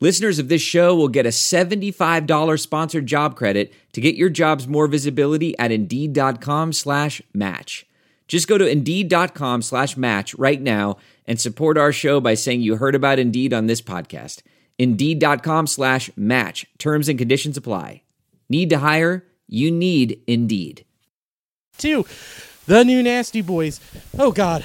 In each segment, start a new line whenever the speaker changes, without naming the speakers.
Listeners of this show will get a $75 sponsored job credit to get your jobs more visibility at Indeed.com slash match. Just go to Indeed.com slash match right now and support our show by saying you heard about Indeed on this podcast. Indeed.com slash match. Terms and conditions apply. Need to hire? You need Indeed.
Two, the new Nasty Boys. Oh, God.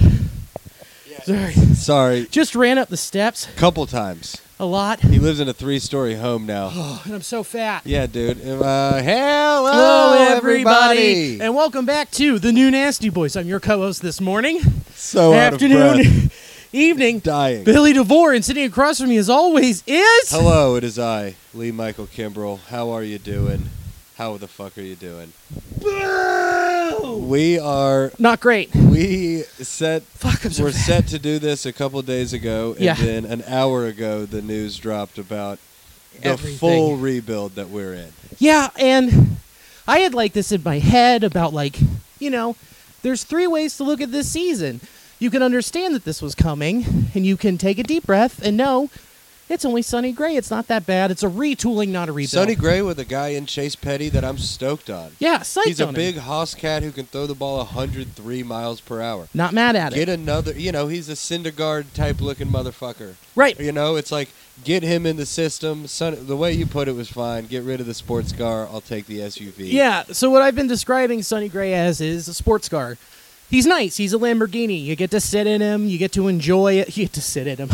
Sorry.
Sorry,
Just ran up the steps
couple times.
a lot,
He lives in a three-story home now.
and I'm so fat.
yeah, dude. Uh, hello, everybody.
And welcome back to the new Nasty Boys. I'm your co-host this morning,
So out of breath.
afternoon, evening.
dying.
Billy DeVore, and sitting across from me, as always, is
Hello, it is I, Lee Michael Kimbrell. How are you doing? How the fuck are you doing? We are.
not great.
We set.
Fuck, I'm so
we're
fat.
set to do this a couple days ago, and
Yeah.
then an hour ago, the news dropped about the
Everything.
full rebuild that we're in.
Yeah, and I had like this in my head about like, you know, there's three ways to look at this season. You can understand that this was coming, and you can take a deep breath and know it's only Sunny Gray. It's not that bad. It's a retooling, not a rebuild.
Sonny Gray with a guy in Chase Petty that I'm stoked on.
yeah, psyched
He's a
on him.
big Haas cat who can throw the ball 103 miles per hour.
Not mad at
Get
it.
another, you know, he's a Syndergaard type looking motherfucker.
Right.
You know, it's like get him in the system. Son, the way you put it was fine. Get rid of the sports car. I'll take the SUV.
Yeah. So what I've been describing Sonny Gray as is a sports car. He's nice. He's a Lamborghini. You get to sit in him. You get to enjoy it. You get to sit in him.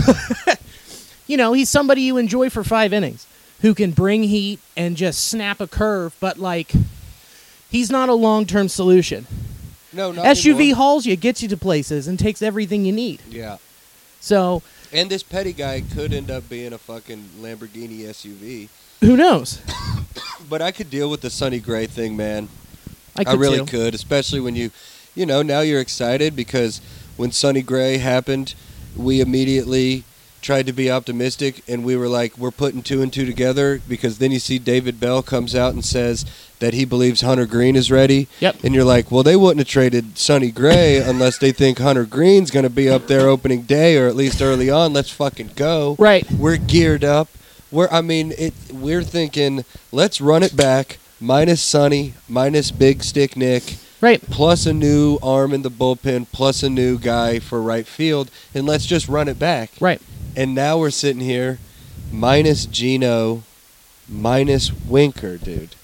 you know, he's somebody you enjoy for five innings, who can bring heat and just snap a curve. But like, he's not a long-term solution.
No, not
SUV
anymore.
hauls you, gets you to places, and takes everything you need.
Yeah.
So
And this Petty guy could end up being a fucking Lamborghini SUV.
who knows?
But I could deal with the Sonny Gray thing, man.
I,
I,
could
really
too.
could, especially when you, you know, now you're excited because when Sonny Gray happened, we immediately tried to be optimistic and we were like, we're putting two and two together because then you see David Bell comes out and says that he believes Hunter Green is ready.
Yep.
And you're like, well, they wouldn't have traded Sonny Gray unless they think Hunter Green's going to be up there opening day or at least early on. Let's fucking go.
Right.
We're geared up. We're I mean it we're thinking let's run it back minus Sonny, minus Big Stick Nick,
Right.
plus a new arm in the bullpen, plus a new guy for right field, and let's just run it back.
Right.
And now we're sitting here minus Gino, minus Winker, dude.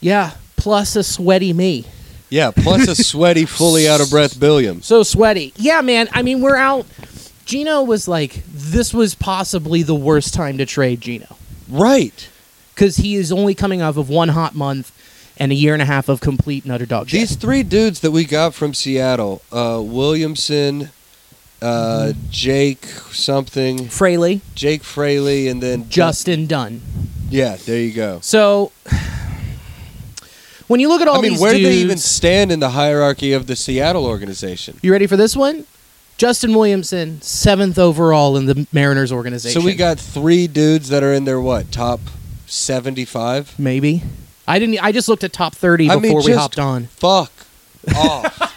Yeah. Plus a sweaty me.
Yeah, plus a sweaty, fully out of breath Billiams.
So sweaty. Yeah, man. I mean, we're out. Gino was like, this was possibly the worst time to trade Gino
Right.
because he is only coming off of one hot month and a year and a half of complete and utter dog shit.
These three dudes that we got from Seattle, uh, Williamson, uh, Jake something,
Fraley,
Jake Fraley, and then
Justin Dunn.
yeah, there you go.
So when you look at all
I mean,
these
where do they
dudes-
even stand in the hierarchy of the Seattle organization?
you ready for this one? Justin Williamson, seventh overall in the Mariners organization.
So we got three dudes that are in their what top seventy-five.
maybe. I didn't. I just looked at top thirty
I
before
mean,
we
just-
hopped on.
Fuck off.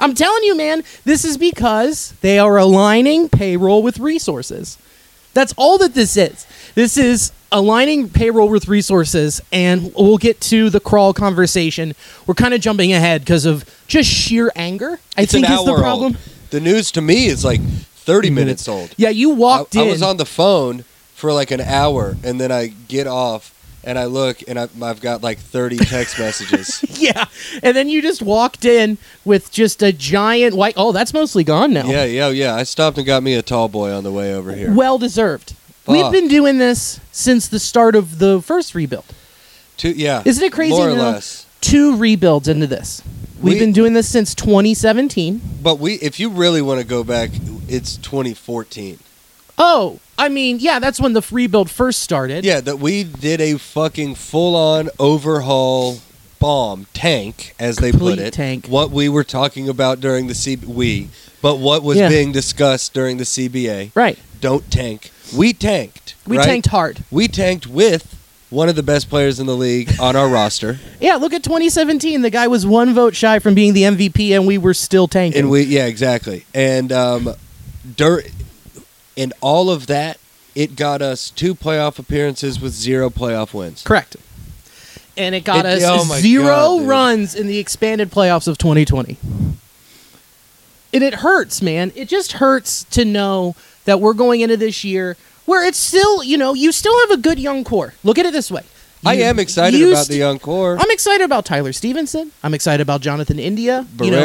I'm telling you, man, this is because they are aligning payroll with resources. That's all that this is. This is aligning payroll with resources, and we'll get to the crawl conversation. We're kind of jumping ahead because of just sheer anger. I
It's an
think is
hour
the problem.
Old. The news to me is like thirty minutes old.
Yeah, you
I,
walked
I
in.
was on the phone for like an hour, and then I get off and I look, and I've, I've got like thirty text messages.
yeah, and then you just walked in with just a giant white. Oh, that's mostly gone now.
yeah, yeah, yeah. I stopped and got me a tall boy on the way over here.
well deserved. We've
Fuck.
been doing this since the start of the first rebuild.
Two, yeah.
Isn't it crazy
More or
now?
less.
two rebuilds into this. We've
We-
been doing this since 2017.
But we, if you really want to go back, it's 2014.
Oh, I mean, yeah, that's when the f- rebuild first started.
Yeah, that we did a fucking full-on overhaul bomb tank, as they put
Complete
it,
tank.
what we were talking about during the CB, we, but what was
Yeah.
being discussed during the CBA.
Right.
Don't tank. We tanked.
We
right?
tanked hard.
We tanked with one of the best players in the league on our roster,
Yeah, look at 2017. The guy was one vote shy from being the MVP, and we were still tanking.
and we yeah exactly. And um, dur- and all of that, it got us two playoff appearances with zero playoff wins.
Correct. And it got us
It- oh
zero
my God, dude.
runs in the expanded playoffs of 2020. And it hurts, man. It just hurts to know that we're going into this year where it's still, you know, you still have a good young core. Look at it this way.
I
You-
am excited
you
about
st-
the young core.
I'm excited about Tyler Stevenson. I'm excited about Jonathan India. you know.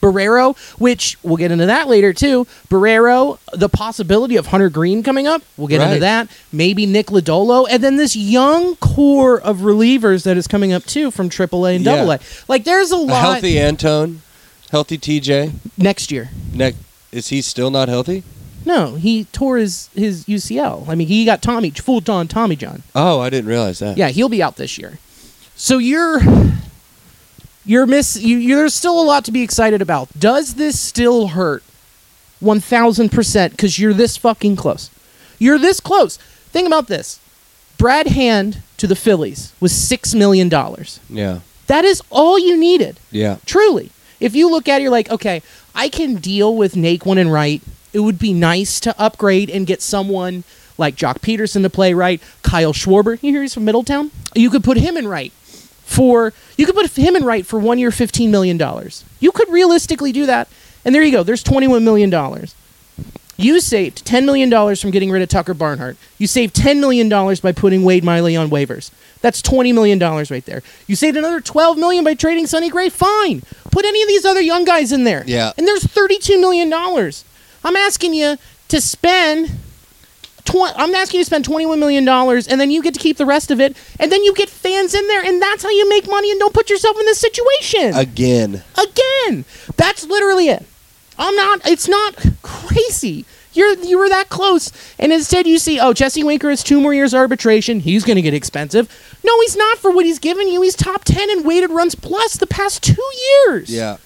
Barrero.
Barrero, which we'll get into that later too. Barrero, the possibility of Hunter Green coming up, we'll get
Right.
into that. Maybe Nick Lodolo, and then this young core of relievers that is coming up too from AAA and
Yeah.
AA. Like there's a
A
lot
healthy Antone, healthy TJ.
next year.
Neck is he still not healthy?
No, he tore his his UCL. I mean, he got Tommy full on Tommy John.
Oh, I didn't realize that.
Yeah, he'll be out this year. So you're you're miss you, you there's still a lot to be excited about. Does this still hurt? 1000% cuz you're this fucking close. You're this close. Think about this. Brad Hand to the Phillies was 6 million dollars.
yeah,
That is all you needed.
yeah.
Truly. If you look at it, you're like, okay, I can deal with Naquin and Wright. It would be nice to upgrade and get someone like Jock Peterson to play right. Kyle Schwarber, you hear he's from Middletown. You could put him in right for you could put him in right for one year, fifteen million dollars. You could realistically do that, and there you go. There's twenty-one million dollars. You saved $10 million from getting rid of Tucker Barnhart. You saved $10 million by putting Wade Miley on waivers. That's $20 million right there. You saved another $12 million by trading Sonny Gray. Fine. Put any of these other young guys in there.
Yeah.
And there's $32 million. I'm asking you to spend. Tw- I'm asking you to spend $21 million and then you get to keep the rest of it. And then you get fans in there, and that's how you make money and don't put yourself in this situation
Again,
again. That's literally it. I'm not. It's not crazy. You're you were that close, and instead you see, oh, Jesse Winker has two more years arbitration. He's going to get expensive. No, he's not for what he's given you. He's top ten in weighted runs plus the past two years.
yeah.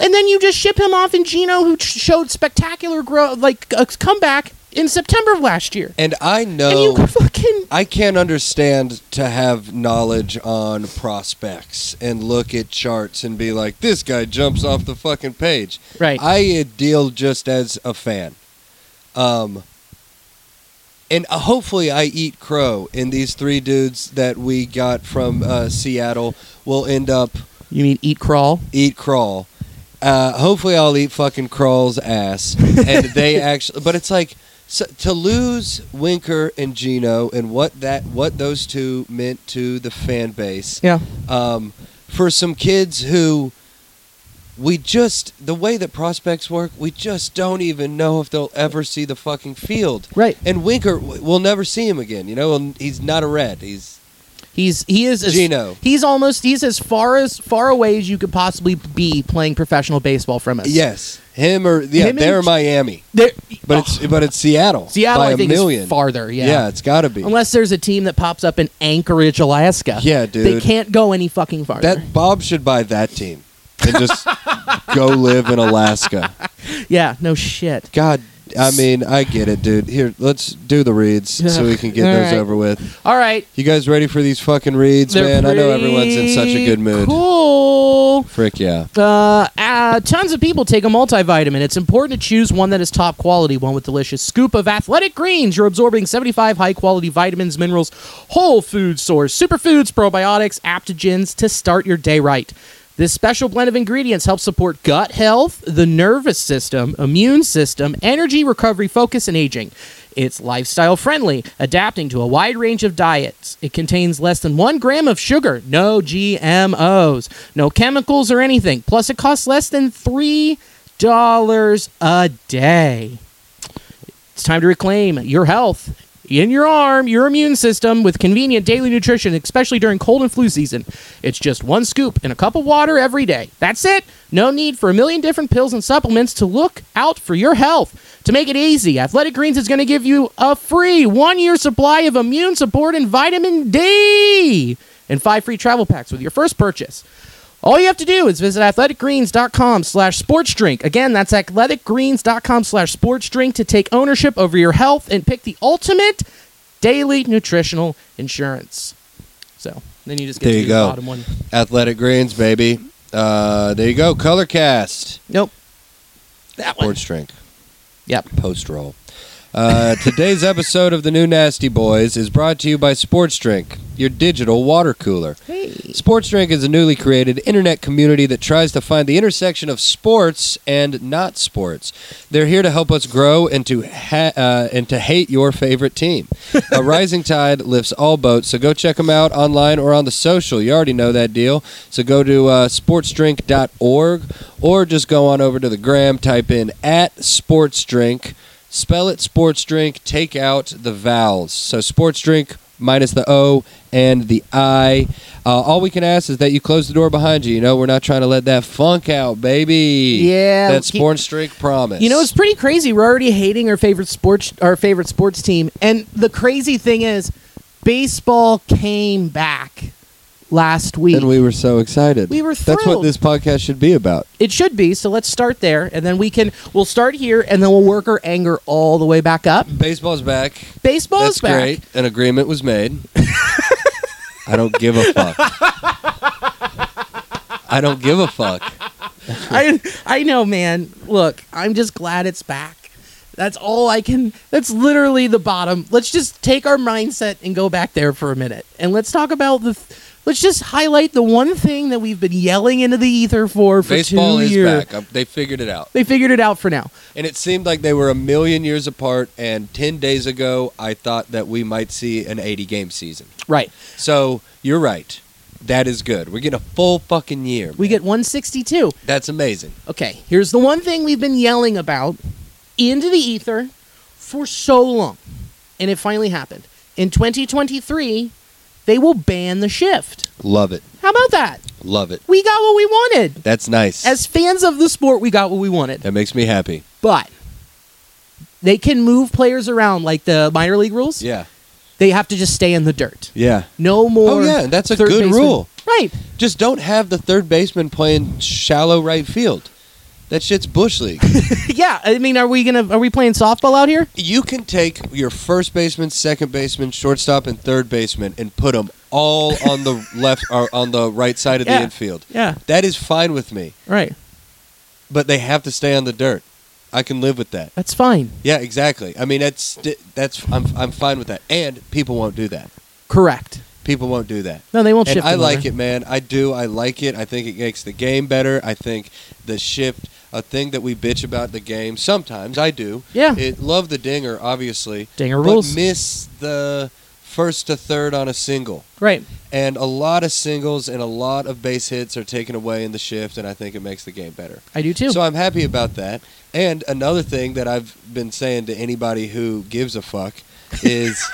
And then you just ship him off in Gino, who ch- showed spectacular growth, like a comeback in September of last year.
And I
And you
know
fucking
I can't understand to have knowledge on prospects and look at charts and be like, this guy jumps off the fucking page.
right.
I deal just as a fan. Um, and uh, hopefully I eat crow in these three dudes that we got from uh, Seattle will end up
you mean eat crawl?
eat crawl. Uh, hopefully, I'll eat fucking crawl's ass. And they actually, but it's like so, to lose Winker and Gino and what that what those two meant to the fan base
Yeah.
um, for some kids who we just the way that prospects work, we just don't even know if they'll ever see the fucking field.
Right.
And Winker, w- we'll never see him again. You know, And he's not a red. He's
He's he is as,
Gino.
He's almost he's as far as far away as you could possibly be playing professional baseball from us.
yes, him or yeah,
Him and-
they're Miami.
There-
But it's but it's Seattle.
Oh. Seattle,
by
I
a
think,
million.
is farther. Yeah.
it's got to be.
Unless there's a team that pops up in Anchorage, Alaska.
Yeah,
They
dude.
can't go any fucking farther.
that Bob should buy that team and just go live in Alaska.
yeah. No shit.
God, I mean, I get it, dude. Here, let's do the reads so we can get
All
those
right.
over with.
All right.
You guys ready for these fucking reads,
They're
man? I know everyone's in such a good
pretty
mood.
Cool.
Frick yeah.
Uh, uh, tons of people take a multivitamin. It's important to choose one that is top quality, one with delicious scoop of athletic greens. You're absorbing 75 high quality vitamins, minerals, whole food source, superfoods, probiotics, aptogens to start your day right. This special blend of ingredients helps support gut health, the nervous system, immune system, energy, recovery, focus, and aging. It's lifestyle friendly, adapting to a wide range of diets. It contains less than one gram of sugar, no GMOs, no chemicals or anything. Plus, it costs less than $3 a day. It's time to reclaim your health in your arm, your immune system with convenient daily nutrition, especially during cold and flu season. It's just one scoop in a cup of water every day. That's it. No need for a million different pills and supplements to look out for your health. To make it easy, Athletic Greens is going to give you a free one year supply of immune support and vitamin D. and five free travel packs with your first purchase. All you have to do is visit athleticgreens.com slash sports drink. Again, that's athleticgreens.com slash sports drink to take ownership over your health and pick the ultimate daily nutritional insurance. So then you just get
There
to
you
do the
go.
bottom one.
Athletic Greens, baby. Uh, there you go. Color cast.
Nope. That one.
Sports drink.
Yep.
Post roll. Uh, today's episode of the New Nasty Boys is brought to you by Sports Drink, your digital water cooler.
Hey.
Sports Drink is a newly created internet community that tries to find the intersection of sports and not sports. They're here to help us grow and to ha- uh, and to hate your favorite team. a rising tide lifts all boats, so go check them out online or on the social. You already know that deal. So go to uh, sportsdrink.org or just go on over to the gram, type in at sports drink, spell it sports drink, take out the vowels. So sports drink minus the O and the I. Uh, all we can ask is that you close the door behind you. You know, we're not trying to let that funk out, baby.
Yeah,
That
keep-
sports drink promise.
You know, it's pretty crazy. We're already hating our favorite sports our favorite sports team. And the crazy thing is baseball came back last week.
and we were so excited.
We were
That's what
thrilled.
this podcast should be about.
it should be, so let's start there and then we can we'll start here and then we'll work our anger all the way back up.
Baseball's back.
Baseball's
That's
back.
great. An agreement was made. I don't give a fuck. I don't give a fuck.
I I know, man. Look, I'm just glad it's back. That's all I can. That's literally the bottom. Let's just take our mindset and go back there for a minute, and let's talk about the. Let's just highlight the one thing that we've been yelling into the ether for for
Baseball
two
is
years.
back. Um, They figured it out.
They figured it out for now.
And it seemed like they were a million years apart. And 10 days ago, I thought that we might see an 80 game season.
Right.
So you're right. That is good. We're getting a full fucking year.
We get 162.
That's amazing.
Okay, here's the one thing we've been yelling about into the ether for so long, and it finally happened. In 2023, they will ban the shift.
Love it.
How about that?
Love it.
We got what we wanted.
That's nice.
As fans of the sport, we got what we wanted.
that makes me happy.
But they can move players around like the minor league rules.
Yeah.
They have to just stay in the dirt.
Yeah.
No more.
Oh, yeah, and that's a
third
good
baseman.
rule.
Right.
Just don't have the third baseman playing shallow right field. That shit's bush league.
yeah. I mean, are we gonna are we playing softball out here?
you can take your first baseman, second baseman, shortstop, and third baseman, and put them all on the left or on the right side of
Yeah.
the infield.
Yeah.
That is fine with me,
Right.
but they have to stay on the dirt. I can live with that.
That's fine.
Yeah, exactly. I mean, that's that's I'm I'm fine with that. And people won't do that.
Correct.
People won't do that.
No, they won't
And
shift.
I
them
like
over.
it, man. I do. I like it. I think it makes the game better. I think the shift, a thing that we bitch about the game sometimes. I do.
Yeah.
It love the dinger, obviously.
Dinger
but
rules.
miss the first to third on a single.
Right.
And a lot of singles and a lot of base hits are taken away in the shift, and I think it makes the game better.
I do too.
So I'm happy about that. And another thing that I've been saying to anybody who gives a fuck is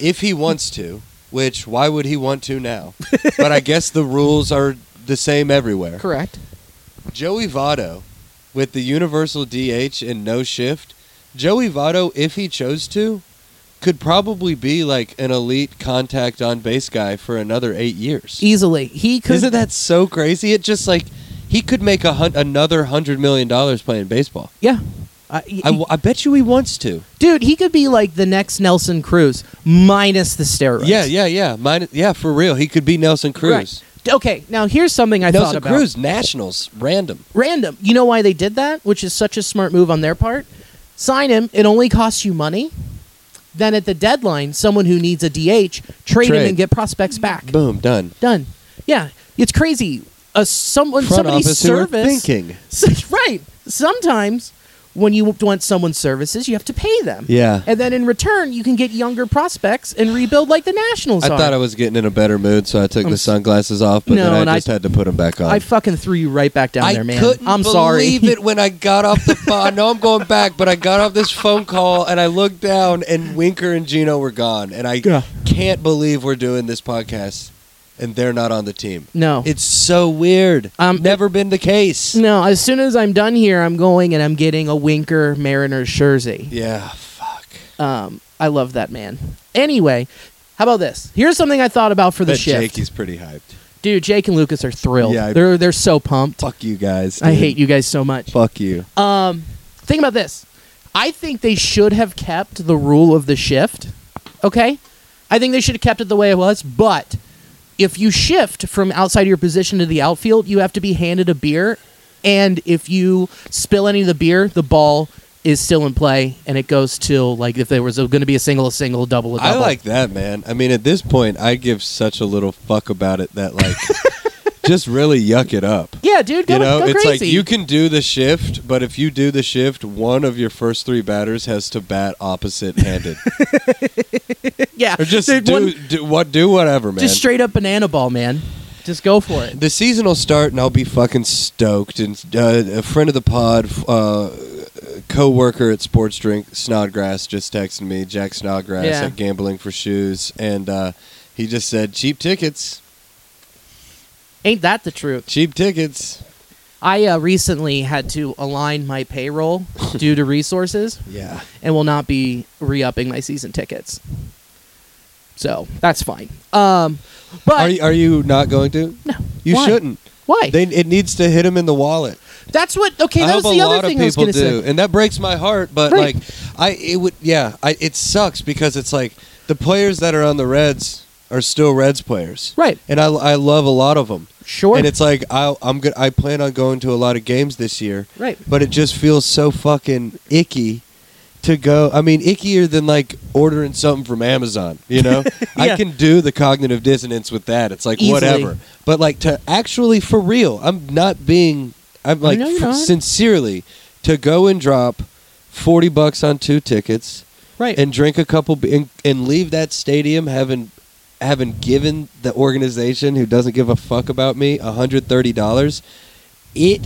if he wants to, which why would he want to now? But I guess the rules are the same everywhere.
Correct.
Joey Votto with the universal DH and no shift, Joey Votto if he chose to could probably be like an elite contact on base guy for another 8 years.
Easily. He could.
Isn't that so crazy? It just like he could make a hun- another hundred million dollars playing baseball.
Yeah. Uh, he-
I, w- I bet you he wants to.
dude, he could be like the next Nelson Cruz minus the steroids.
Yeah, yeah, yeah. Mine, yeah, for real. He could be Nelson Cruz.
Right. Okay, now here's something I thought
Nelson
about.
Cruz, Nationals, random.
Random. You know why they did that? Which is such a smart move on their part. Sign him. It only costs you money. Then at the deadline, someone who needs a DH trade, him
Trade.
and get prospects back.
Boom, done.
Done. Yeah, it's crazy. A someone
Front
somebody's
office who are
service.
thinking.
right. Sometimes when you want someone's services, you have to pay them.
Yeah.
And then in return, you can get younger prospects and rebuild like the Nationals
I
are.
thought I was getting in a better mood, so I took
I'm
the
s-
sunglasses off, but
No,
then
and
I
I-
just had to put them back on.
I fucking threw you right back down there, man.
I couldn't
I'm
believe
sorry.
it when I got off the phone. I know I'm going back, but I got off this phone call and I looked down and Winker and Gino were gone, and I
Yeah.
can't believe we're doing this podcast and they're not on the team.
no.
It's so weird.
Um,
Never been the case.
no, as soon as I'm done here, I'm going and I'm getting a Winker Mariners jersey.
Yeah, fuck.
Um, I love that man. Anyway, How about this? Here's something I thought about for the
bet
shift.
Jakey's pretty hyped.
Dude, Jake and Lucas are thrilled.
Yeah, I-
they're they're so pumped.
Fuck you guys.
I
dude.
hate you guys so much.
Fuck you.
Um, Think about this. I think they should have kept the rule of the shift. Okay? I think they should have kept it the way it was, but if you shift from outside your position to the outfield, you have to be handed a beer and if you spill any of the beer, the ball is still in play and it goes till like if there was going to be a single a single double a
I
double.
like that, man. I mean, at this point, I give such a little fuck about it that like, just really yuck it up.
Yeah, dude, go,
You know,
go
it's
crazy.
like you can do the shift, but if you do the shift, one of your first three batters has to bat opposite-handed,
yeah.
or just
Dude,
do,
one-
do what do whatever, man.
Just straight up banana ball, man. Just go for it.
the season will start, and I'll be fucking stoked. And uh, a friend of the pod, f- uh, co-worker at Sports Drink Snodgrass, just texted me, Jack Snodgrass
Yeah.
at Gambling for Shoes, and uh, he just said, "Cheap tickets,
Ain't that the truth?
cheap tickets."
I uh, recently had to align my payroll due to resources
Yeah.
and will not be re upping my season tickets. So that's fine. Um, but
Are you, are you not going to?
no,
You
Why?
shouldn't.
Why?
They, it needs to hit him in the wallet.
that's what. Okay,
I
that
hope
was
a
the
lot
other
of
thing I was
people
going to
do,
say.
and that breaks my heart. But
Right.
like, I it would yeah, I, it sucks because it's like the players that are on the Reds are still Reds players,
Right.
And I, I love a lot of them,
Sure.
and it's like I, I'm good. I plan on going to a lot of games this year,
Right.
But it just feels so fucking icky to go. I mean, ickier than like ordering something from Amazon. You know,
Yeah.
I can do the cognitive dissonance with that. It's like
Easily.
whatever. But like to actually for real, I'm not being. I'm like
know you're
f-
not.
sincerely to go and drop forty bucks on two tickets
right.
and drink a couple be- and, and leave that stadium having having given the organization who doesn't give a fuck about me $130 it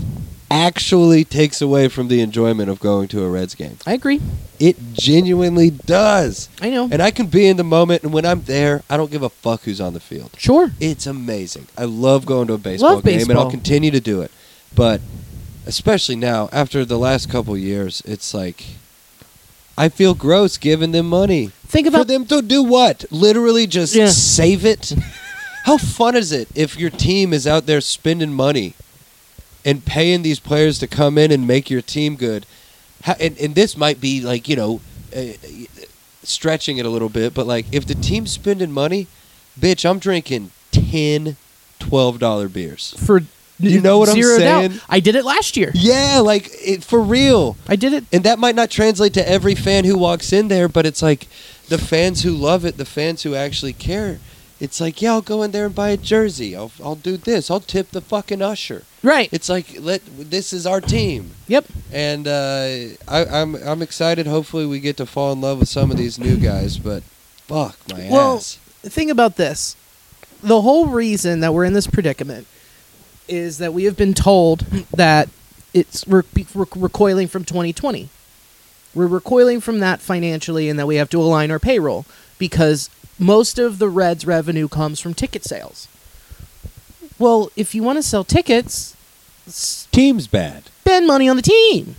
actually takes away from the enjoyment of going to a Reds game
I agree.
it genuinely does
I know.
and i can be in the moment and when i'm there i don't give a fuck who's on the field
sure.
it's amazing i love going to a baseball
Love
game and
baseball.
i'll continue to do it but especially now after the last couple years it's like i feel gross giving them money
Think
for
about
them to do what? Literally just
Yeah.
save it? How fun is it if your team is out there spending money and paying these players to come in and make your team good? How, and, and this might be like, you know, uh, stretching it a little bit, but like if the team's spending money, bitch, I'm drinking 10 $12 beers.
for
You know what I'm
zero doubt.
saying?
I did it last year.
Yeah, like it, for real.
I did it.
And that might not translate to every fan who walks in there, but it's like the fans who love it, the fans who actually care. It's like, yeah, I'll go in there and buy a jersey. I'll, I'll do this. I'll tip the fucking usher.
Right.
It's like let this is our team,
yep.
and uh, I, I'm I'm excited. Hopefully, we get to fall in love with some of these new guys. But fuck my
Well,
ass.
think about this. The whole reason that we're in this predicament is that we have been told that it's we're, we're recoiling from 2020. We're recoiling from that financially, and that we have to align our payroll because most of the Reds' revenue comes from ticket sales. Well, if you want to sell tickets,
Team's bad.
spend money on the team.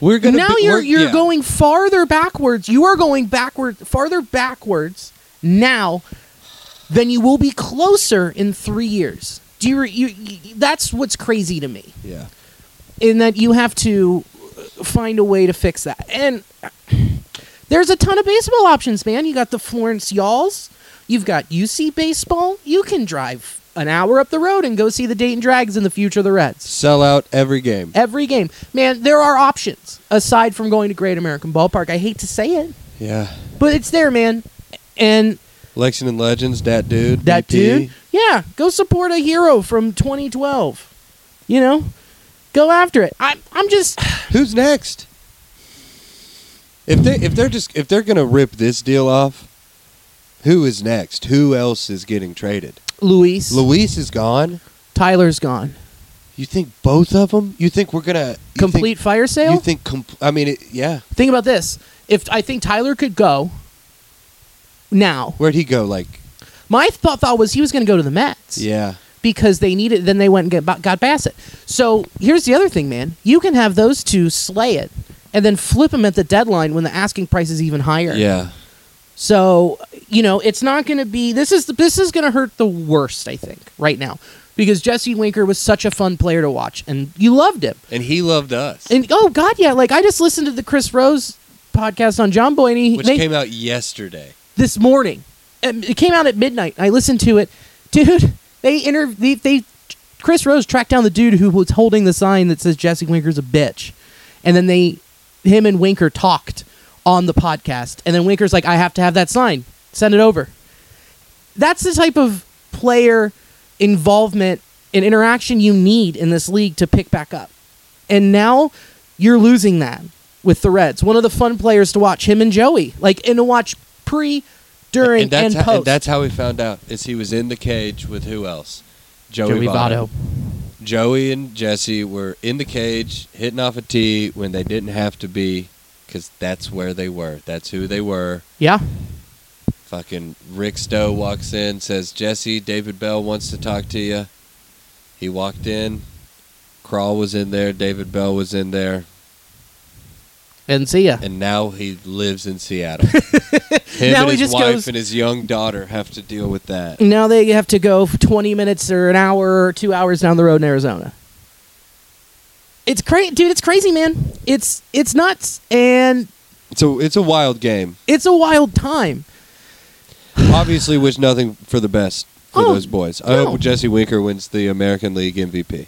We're gonna
now
be-
you're
we're-
you're
yeah.
going farther backwards. You are going backward farther backwards now than you will be closer in three years. Do you, you, you that's what's crazy to me
Yeah.
in that you have to find a way to fix that. And there's a ton of baseball options, man. You got the Florence Y'alls, you've got UC baseball. You can drive an hour up the road and go see the Dayton Dragons in the future of the Reds.
Sell out every game.
Every game. Man, there are options aside from going to Great American Ballpark. I hate to say it,
Yeah.
but it's there, man. And
Lexington Legends. That dude. E
that
BP.
dude, yeah, go support a hero from 2012. You know, go after it. I'm, I'm just,
Who's next? If they if they're just if they're gonna rip this deal off, who is next? Who else is getting traded?
Luis,
Luis is gone.
Tyler's gone.
You think both of them? You think we're gonna you
Complete fire
Think,
sale.
You think? Comp- I mean, it, yeah.
think about this. If I think Tyler could go now,
Where'd he go? Like,
my thought thought was he was going to go to the Mets.
yeah,
because they needed. Then they went and got, got Bassett. So here's the other thing, man. You can have those two slay it, and then flip them at the deadline when the asking price is even higher.
yeah.
So you know, it's not going to be this is this is going to hurt the worst, I think, right now. Because Jesse Winker was such a fun player to watch and you loved him.
and he loved us,
And oh god, yeah, like I just listened to the Chris Rose podcast on John Boy and he,
which
they-
came out yesterday.
this morning. Um, It came out at midnight. I listened to it. Dude, they inter they, they Chris Rose tracked down the dude who was holding the sign that says Jesse Winker's a bitch. And then they him and Winker talked on the podcast. And then Winker's like, I have to have that sign. Send it over. That's the type of player involvement and interaction you need in this league to pick back up. And now you're losing that with the Reds. One of the fun players to watch, him and Joey. Like and to watch pre, during,
and
and,
that's
post.
how, and that's how we found out is he was in the cage with who else? Joey, Votto. Joey and Jesse were in the cage hitting off a tee when they didn't have to be, because that's where they were. That's who they were.
Yeah.
Fucking Rick Stowe walks in, says, Jesse, David Bell wants to talk to you. He walked in. Crawl was in there. David Bell was in there.
And see ya.
And now he lives in Seattle. Him
Now
and
he
his
just
wife
goes-
and his young daughter have to deal with that.
now they have to go for 20 minutes or an hour or two hours down the road in Arizona. It's crazy, dude. It's crazy, man. It's it's nuts, and
So it's a wild game.
it's a wild time.
Obviously, wish nothing for the best for
Oh,
those boys. I
no.
hope Jesse Winker wins the American League MVP.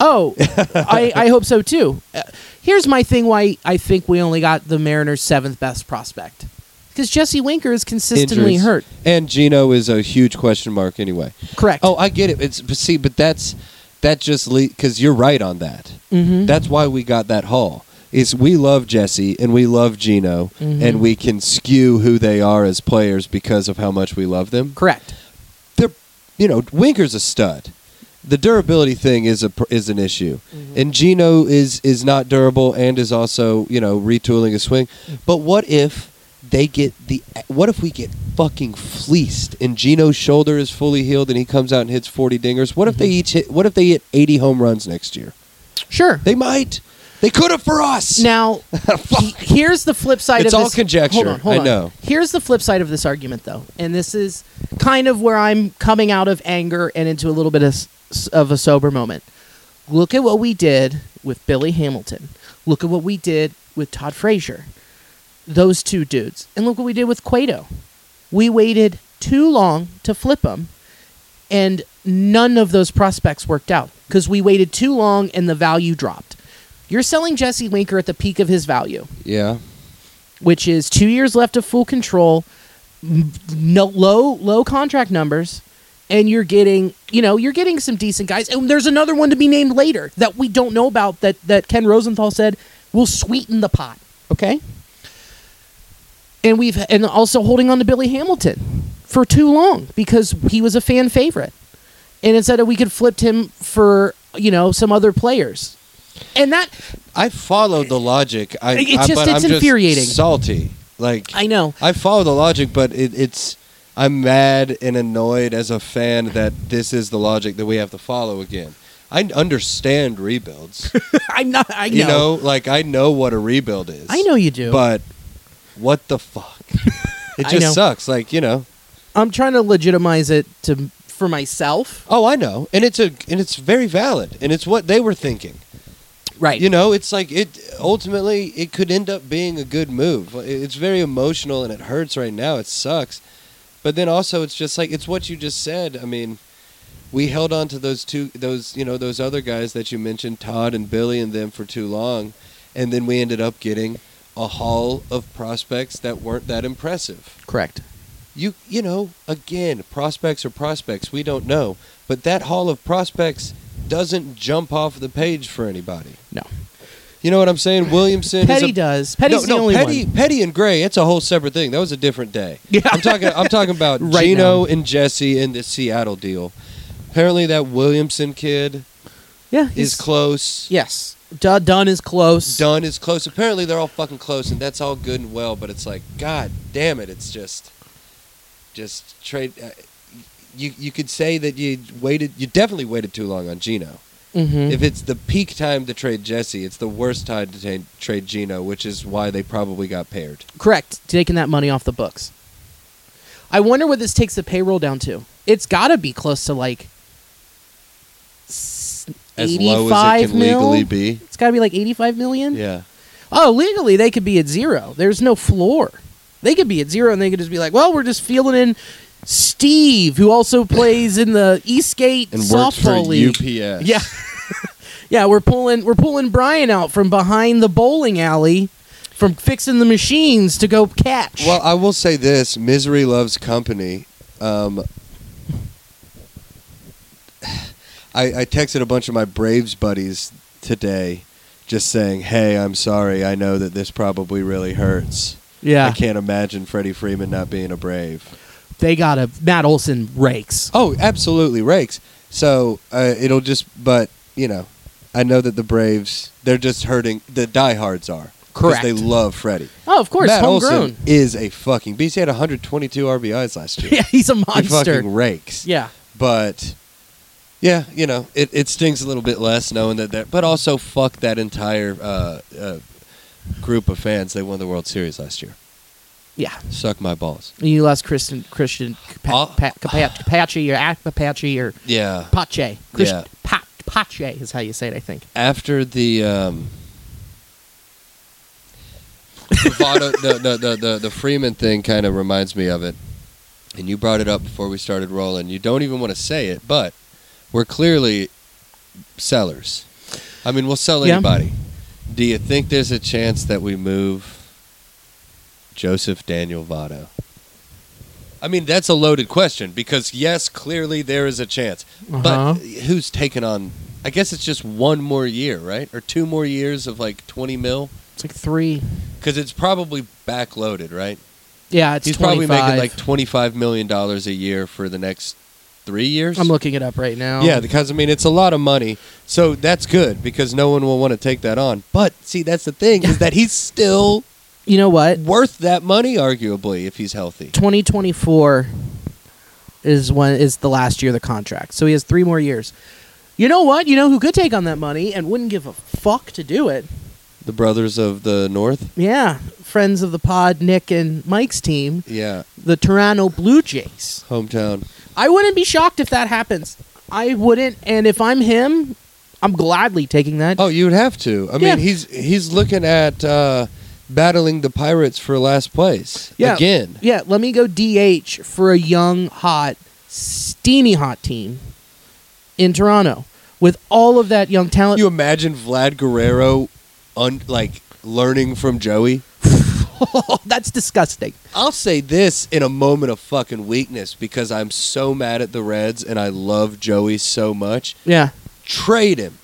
Oh, I, I hope so too. Uh, here's my thing: why I think we only got the Mariners' seventh best prospect because Jesse Winker is consistently
Injuries.
hurt.
And Gino is a huge question mark anyway.
Correct.
Oh, I get it. It's but see, but that's that just because you're right on that.
Mhm.
That's why we got that haul. Is we love Jesse and we love Gino
Mm-hmm.
and we can skew who they are as players because of how much we love them.
correct.
They're, you know, Winker's a stud. The durability thing is a pr- is an issue,
Mm-hmm.
and Gino is is not durable and is also you know retooling his swing. But what if they get the? What if we get fucking fleeced and Gino's shoulder is fully healed and he comes out and hits forty dingers? What if
Mm-hmm.
they each hit? What if they hit eighty home runs next year?
Sure.
They might. They could have for us.
Now, he- here's the flip side
It's
of
all
this.
conjecture.
Hold on, hold
I
on.
know.
Here's the flip side of this argument, though, and this is kind of where I'm coming out of anger and into a little bit of, s- of a sober moment. Look at what we did with Billy Hamilton. Look at what we did with Todd Frazier. Those two dudes, and look what we did with Cueto. We waited too long to flip them, and none of those prospects worked out because we waited too long and the value dropped. You're selling Jesse Winker at the peak of his value
Yeah.
which is two years left of full control, m- no low low contract numbers, and you're getting you know you're getting some decent guys. And there's another one to be named later that we don't know about that that Ken Rosenthal said will sweeten the pot. Okay, and we've and also holding on to Billy Hamilton for too long because he was a fan favorite, and instead of we could flipped him for you know some other players, and that
I followed the logic. I,
It
I-
just-
but
it's
I'm just
infuriating.
salty. Like
I know.
I follow the logic, but it, it's I'm mad and annoyed as a fan that this is the logic that we have to follow again. I understand rebuilds.
I'm not. I know.
You know, like I know what a rebuild is.
I know you do.
But what the fuck? it
I
just
know.
sucks. Like you know.
I'm trying to legitimize it to for myself.
Oh, I know, and it's a and it's very valid, and it's what they were thinking.
Right.
You know, it's like it ultimately it could end up being a good move. It- It's very emotional and it hurts right now. It sucks. But then also it's just like it's what you just said. I mean, we held on to those two those, you know, those other guys that you mentioned, Todd and Billy and them for too long, and then we ended up getting a haul of prospects that weren't that impressive
Correct.
you you know again prospects are prospects we don't know but that hall of prospects doesn't jump off the page for anybody
No.
you know what i'm saying williamson
Petty
is a,
does. Petty's
no,
the
no,
only
Petty,
one.
Petty and Gray. It's a whole separate thing. That was a different day.
Yeah.
I'm talking. I'm talking about
Right
Gino and Jesse and the Seattle deal. Apparently, that Williamson kid
Yeah.
is
he's-
close.
yes. Du- Dunn is close.
Dunn is close. Apparently, they're all fucking close, and that's all good and well. But it's like, god damn it! It's just, just trade. Uh, you you could say that you waited. You definitely waited too long on Gino.
Mhm.
If it's the peak time to trade Jesse, it's the worst time to ta- trade Gino, which is why they probably got paired.
Correct. Taking that money off the books. I wonder what this takes the payroll down to. It's got to be close to like s-
As low as it
85
can
mil.
legally be.
It's got to be like 85 million.
Yeah.
Oh, legally they could be at zero. There's no floor. They could be at zero and they could just be like, well, we're just feeling in Steve, who also plays in the Eastgate
And works for
softball league.
UPS.
Yeah. yeah, we're pulling we're pulling Brian out from behind the bowling alley from fixing the machines to go catch.
Well, I will say this: misery loves company. Um, I, I texted a bunch of my Braves buddies today, just saying, "Hey, I'm sorry. I know that this probably really hurts. I
yeah.
can't imagine Freddie Freeman not being a Brave."
They got a Matt Olson rakes.
Oh, absolutely rakes. So uh, it'll just, but you know, I know that the Braves they're just hurting. The diehards are 'cause They
Correct.
love Freddie.
Oh, of course,
Matt
homegrown.
Olson is a fucking beast. He had 122 RBIs last year.
Yeah, he's a
he
monster.
fucking rakes.
yeah.
But yeah, you know, it, it stings a little bit less knowing that. That, but also, fuck that entire uh, uh, group of fans. They won the World Series last year.
Yeah.
Suck my balls.
And you lost Christian Christian
Oh.
Capa- Capa- Capace or Apache or
Yeah.
Pache. Christ-
Yeah.
Pa- Pache is how you say it, I think.
After the. Um, Votto, the, the, the, the, the Freeman thing kind of reminds me of it. And you brought it up before we started rolling. You don't even want to say it, but we're clearly sellers. I mean, we'll sell
Yeah.
anybody. Do you think there's a chance that we move Joseph Daniel Votto? I mean, that's a loaded question because, yes, clearly there is a chance.
Uh-huh.
But who's taking on. I guess it's just one more year, right? Or two more years of like 20 mil?
It's like three.
Because it's probably backloaded, right?
Yeah, it's
He's
25.
probably making like twenty-five million dollars a year for the next three years.
I'm looking it up right now.
Yeah, because I mean it's a lot of money, so that's good because no one will want to take that on. But see, that's the thing is that he's still
You know what?
worth that money, arguably, if he's healthy.
2024 is when is the last year of the contract. So he has three more years. You know what? You know who could take on that money and wouldn't give a fuck to do it?
The brothers of the North.
Yeah, friends of the pod, Nick and Mike's team,
Yeah,
the Toronto Blue Jays.
hometown.
I wouldn't be shocked if that happens. I wouldn't, and if I'm him, I'm gladly taking that.
Oh, you would have to. I
Yeah.
mean, he's he's looking at uh, battling the Pirates for last place
Yeah.
again.
Yeah, let me go DH for a young, hot, steamy hot team in Toronto with all of that young talent.
you imagine Vlad Guerrero, un- like learning from Joey?
That's disgusting.
I'll say this in a moment of fucking weakness because I'm so mad at the Reds and I love Joey so much.
Yeah,
Trade him.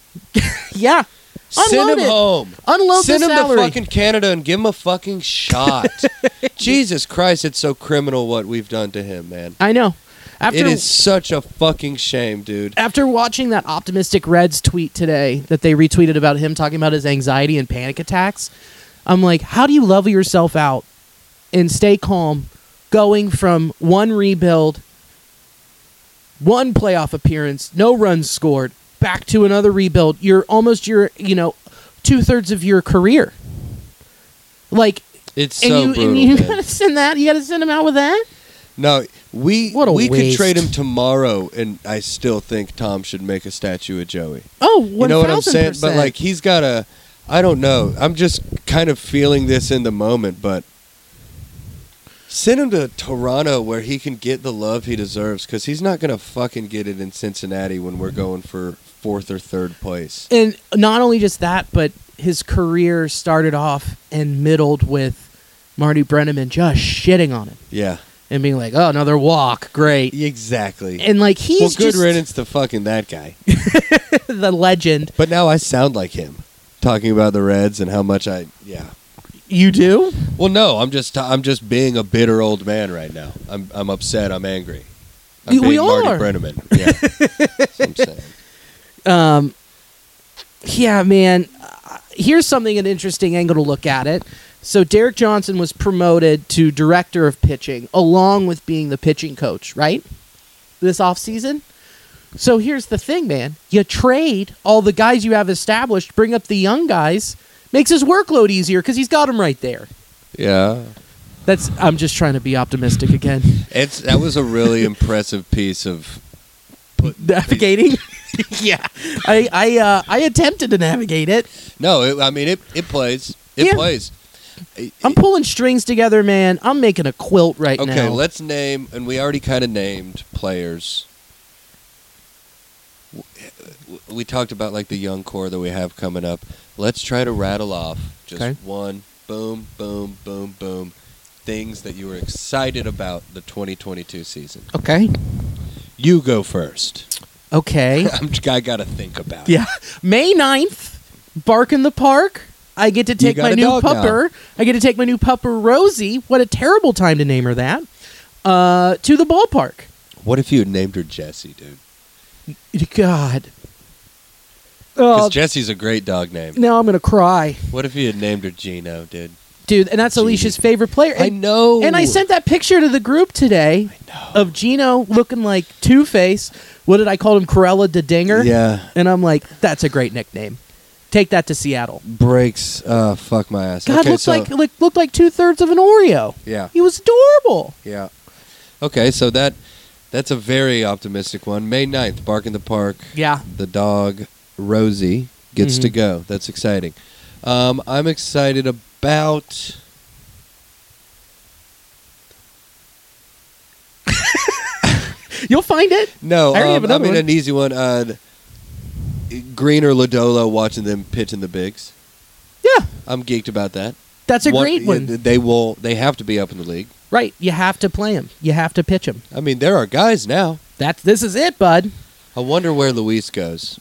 yeah.
Send
Unload
him
it.
home.
Unload
Send
the
him
salary.
to fucking Canada and give him a fucking shot. Jesus Christ, it's so criminal what we've done to him, man.
I know. After
it is such a fucking shame, dude.
after watching that optimistic Reds tweet today that they retweeted about him talking about his anxiety and panic attacks, I'm like, how do you level yourself out and stay calm going from one rebuild, one playoff appearance, no runs scored, back to another rebuild? You're almost your, you know, two thirds of your career. Like,
It's
and
so
you,
brutal.
and you
man.
gotta send that, you gotta send him out with that?
No, we
What a
we could
waste.
trade him tomorrow, and I still think Tom should make a statue of Joey.
Oh, 1000%.
You know what I'm saying? But like he's got a I don't know. I'm just kind of feeling this in the moment, but send him to Toronto where he can get the love he deserves cuz he's not going to fucking get it in Cincinnati when we're going for fourth or third place.
and not only just that, but his career started off and middled with Marty Brenneman just shitting on him
Yeah.
and being like, "Oh, another walk, great."
Exactly.
And like he's
well, good
just
riddance to fucking that guy.
the legend.
But now I sound like him talking about the Reds and how much I yeah.
You do?
Well, no, I'm just I'm just being a bitter old man right now. I'm I'm upset. I'm angry. I'm
We
being
are.
Marty Brenneman. Yeah, That's what I'm saying.
Um, yeah, man. Uh, Here's something an interesting angle to look at it. So Derek Johnson was promoted to director of pitching along with being the pitching coach, right? This offseason. So here's the thing, man. You trade all the guys you have established, bring up the young guys, makes his workload easier because he's got them right there.
Yeah,
That's I'm just trying to be optimistic again.
It's that was a really impressive piece of putting
Navigating. yeah. I I uh, I attempted to navigate it.
No, it, I mean it. It plays. It
Yeah.
plays.
I'm pulling strings together, man. I'm making a quilt right now.
Okay, let's name, and we already kind of named players. W- w- We talked about like the young core that we have coming up. Let's try to rattle off just
Okay.
one, boom, boom, boom, boom, things that you were excited about the 2022 season.
Okay.
You go first.
Okay.
I'm, I got to think about it.
Mm. yeah. May 9th, Bark in the Park. I get to take
got
my
a
new
dog now.
pupper. I get to take my new pupper Rosie. What a terrible time to name her that. Uh, to the ballpark.
What if you had named her Jessie, dude?
God.
Because
Oh,
Jessie's a great dog name.
now I'm gonna cry,
What if you had named her Gino, dude?
dude. And that's
Gee.
Alicia's favorite player.
I
And-
know.
And I sent that picture to the group today of Gino looking like Two Face. What did I call him? Corella de Dinger.
Yeah.
And I'm like, that's a great nickname. Take that to Seattle.
breaks. Uh, fuck my ass.
God
okay,
looked
so,
like look, looked like two thirds of an Oreo.
Yeah.
He was adorable.
Yeah. Okay, so that that's a very optimistic one. May 9th, Bark in the Park.
Yeah.
The dog Rosie gets to
Mhm.
go. That's exciting. Um, I'm excited about.
You'll find it.
No,
I already
um,
have
I
another
mean
one.
an easy one. Uh, Green or Lodolo watching them pitch in the bigs.
Yeah.
I'm geeked about that.
That's a
One-
great
yeah,
one.
They will. They have to be up in the league.
right. You have to play him. You have to pitch him.
I mean, there are guys now.
That's this is it, bud.
I wonder where Luis goes.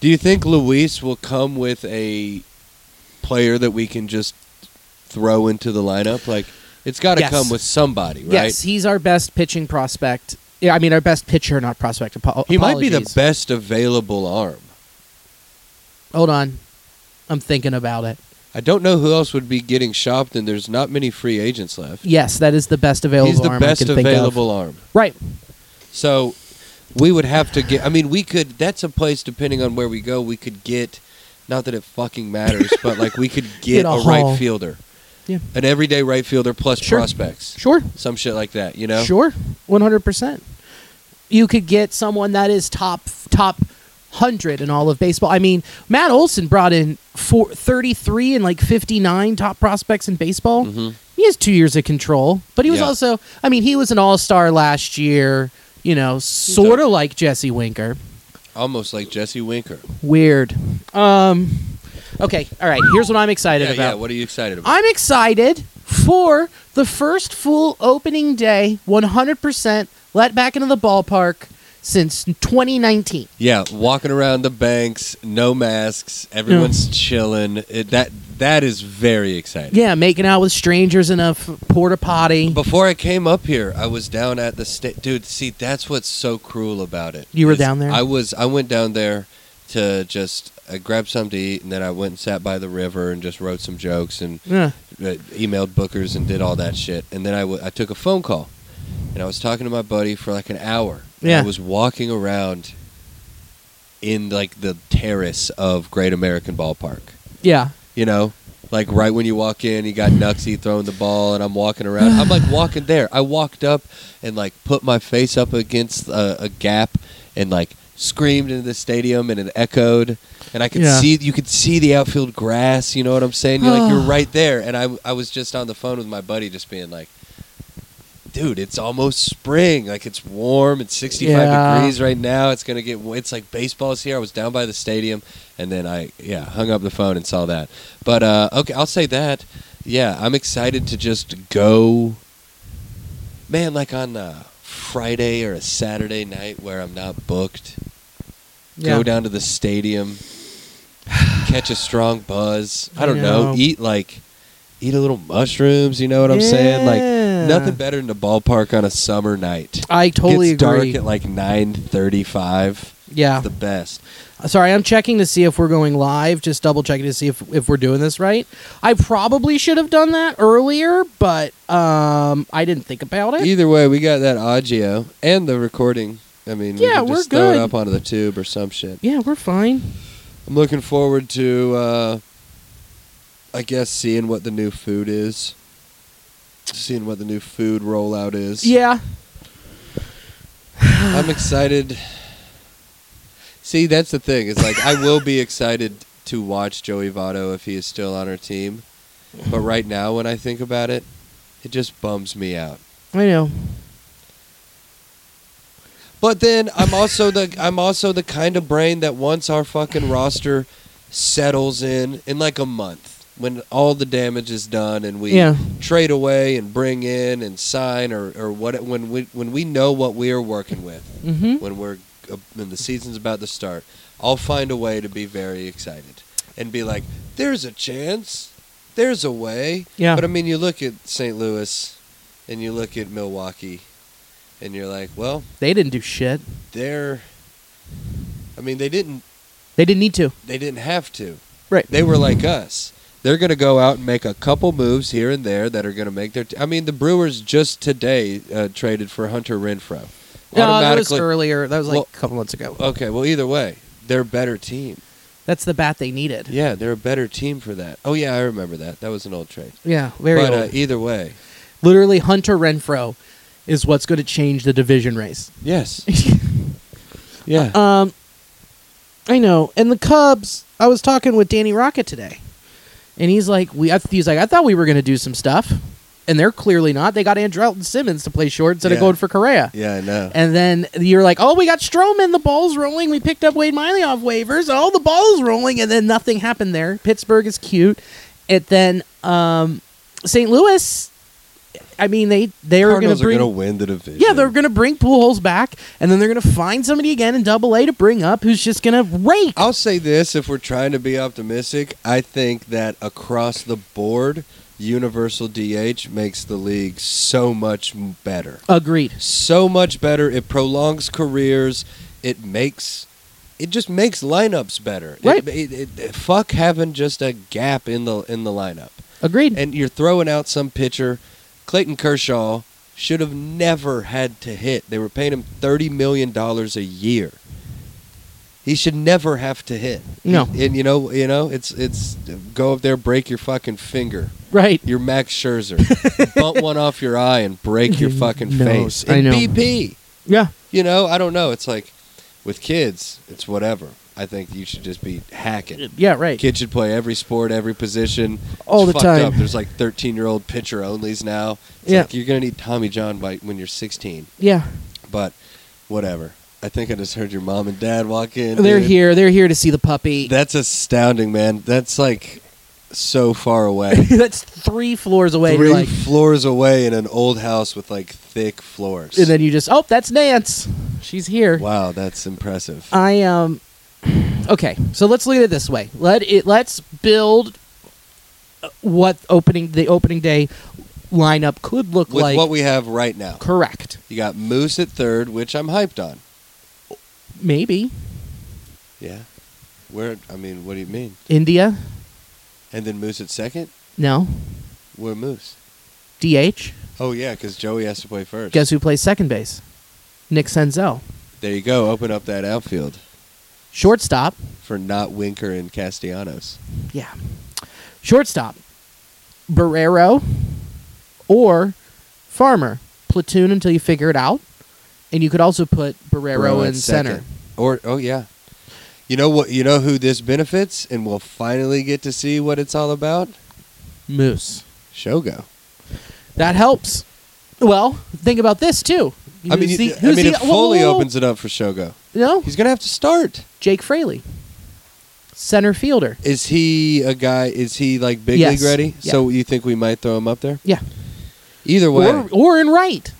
Do you think Luis will come with a player that we can just throw into the lineup? Like, it's got to
Yes.
come with somebody, right?
Yes, he's our best pitching prospect. Yeah, I mean our best pitcher, not prospect. Apo-
He might be the
apologies.
best available arm.
Hold on, I'm thinking about it.
I don't know who else would be getting shopped, and there's not many free agents left.
Yes, that is the best available.
He's the
arm
best
I can think of.
available arm.
Right.
So we would have to get. I mean, we could. That's a place depending on where we go. We could get. Not that it fucking matters, but like we could get,
Get a
a, right
haul.
fielder,
Yeah.
an everyday right fielder plus
Sure.
prospects,
Sure.
some shit like that. You know.
Sure. One hundred percent. You could get someone that is top top hundred in all of baseball. I mean, Matt Olson brought in four, 33 and like fifty nine top prospects in baseball. He has two years of control, but he was
Mm-hmm. Yeah.
also. I mean, he was an all star last year. You know, sort
a-
of like Jesse Winker.
Almost like Jesse Winker.
Weird. Um. Okay. All right. Here's what I'm excited
Yeah,
about.
yeah. What are you excited about?
I'm excited for the first full opening day, 100% let back into the ballpark since 2019.
yeah, walking around the banks, no masks, everyone's chilling. It, that that is very exciting.
Yeah, making out with strangers in a f- porta potty.
Before I came up here, I was down at the state. Dude, see, that's what's so cruel about it.
You were
is
down there?
I was. I went down there to just I grabbed something to eat, and then I went and sat by the river and just wrote some jokes and
Yeah.
uh, emailed bookers and did all that shit. And then I, w- I took a phone call, and I was talking to my buddy for like an hour. And
Yeah.
I was walking around in like the terrace of Great American Ballpark
Yeah.
you know like right when you walk in you got nuxie throwing the ball and i'm walking around i'm like walking there i walked up and like put my face up against a, a gap and like screamed into the stadium and it echoed and i could
Yeah.
see you could see the outfield grass you know what i'm saying you're like you're right there and I, I was just on the phone with my buddy just being like dude it's almost spring like it's warm it's 65
Yeah.
degrees right now it's gonna get it's like baseball's here i was down by the stadium and then i yeah hung up the phone and saw that but uh okay i'll say that yeah i'm excited to just go man like on a friday or a saturday night where i'm not booked
Yeah.
go down to the stadium catch a strong buzz i
I
don't know.
know.
eat like eat a little mushrooms you know what i'm saying
Yeah.
like nothing better than the ballpark on a summer night
I totally
Gets
agree.
dark at like 9:35.
yeah.
The best.
Sorry, I'm checking to see if we're going live, just double checking to see if, if we're doing this right. I probably should have done that earlier, but um, I didn't think about it.
Either way, we got that audio and the recording. I mean, we
Yeah,
could just
we're
throw it
good.
up onto the tube or some shit.
Yeah, we're fine.
I'm looking forward to uh, I guess seeing what the new food is, seeing what the new food rollout is.
Yeah.
I'm excited. See, that's the thing. It's like I will be excited to watch Joey Votto if he is still on our team. But right now, when I think about it, it just bums me out.
I know.
But then I'm also the I'm also the kind of brain that once our fucking roster settles in in like a month when all the damage is done and we
Yeah.
trade away and bring in and sign or, or what when we when we know what we are working with
Mm-hmm.
when we're uh, when the season's about to start I'll find a way to be very excited and be like there's a chance there's a way
Yeah.
but I mean you look at St. Louis and you look at Milwaukee and you're like well
They didn't do shit.
they're I mean they didn't
They didn't need to.
they didn't have to.
Right.
They were like us. They're going to go out and make a couple moves here and there that are going to make their. T- I mean, the Brewers just today uh, traded for Hunter Renfro.
No, that was earlier. That was like
Well-
a couple months ago.
okay, well, either way, they're a better team.
That's the bat they needed.
Yeah, they're a better team for that. Oh yeah, I remember that. That was an old trade.
Yeah, very
but
old.
Uh, either way,
Literally, Hunter Renfro is what's going to change the division race.
yes, yeah,
Um, I know. And the Cubs. I was talking with Danny Rocket today, and he's like, "We." I- He's like, "I thought we were going to do some stuff, and they're clearly not. They got Andrelton Simmons to play short instead of
Yeah.
going for Correa."
yeah. I know.
And then you're like, "Oh, we got Stroman. The ball's rolling. We picked up Wade Miley off waivers. Oh, the ball's rolling." And then nothing happened there. Pittsburgh is cute. And then um, St. Louis. I mean, they they are going
Cardinals
to bring.
are going to win the division.
yeah, they're going to bring Pujols back, and then they're going to find somebody again in Double A to bring up who's just going to rake.
I'll say this if we're trying to be optimistic, I think that across the board, universal DH makes the league so much m- better.
Agreed.
So much better. It prolongs careers. It makes it just makes lineups better. It-
Right.
It, it- it- fuck having just a gap in the in the lineup.
Agreed.
And you're throwing out some pitcher, Clayton Kershaw should have never had to hit. They were paying him 30 million dollars a year. He should never have to hit.
No.
He- And you know, you know, it's it's go up there, break your fucking finger.
right.
Your Max Scherzer. Bump one off your eye and break your fucking
No,
face.
I
And
know.
BP.
Yeah.
You know, I don't know. It's like with kids, it's whatever. I think you should just be hacking.
Yeah. Right.
Kid should play every sport, every position.
All
It's
the
fucked
time.
Up. There's like 13 year old pitcher onlys now. It's
Yeah.
like you're gonna need Tommy John by when you're 16.
Yeah.
But whatever. I think I just heard your mom and dad walk in.
They're
dude.
here. They're here to see the puppy.
That's astounding, man. That's like so far away.
That's three floors away. and you're
Three
like,
floors away in an old house with like thick floors.
and then you just oh that's nance she's here
wow, that's impressive.
i um okay so let's look at it this way let it let's build uh, what opening the opening day lineup could look
with
like
what we have right now.
correct
You got Moose at third, which I'm hyped on.
maybe
Yeah. Where I mean, what do you mean?
india
And then Moose at second?
no
Where Moose?
dh
Oh yeah, because Joey has to play first.
guess who plays second base nick senzel
there you go. Open up that outfield
shortstop
for not Winker and Castellanos.
yeah shortstop barrero or farmer platoon until you figure it out and you could also put barrero
Burrow at
in center
second. Or oh yeah. You know what? You know who this benefits, and we'll finally get to see what it's all about.
Moose.
Shogo.
That helps. Well, think about this too.
I mean,
Who's
you-
the-
I
who's
mean,
the-
if
whoa, whoa,
Foley
whoa.
opens it up for Shogo,
no,
he's gonna have to start.
Jake Fraley, center fielder.
Is he a guy? Is he like big
Yes.
league ready?
Yeah.
So you think we might throw him up there?
Yeah,
Either way,
or or in right.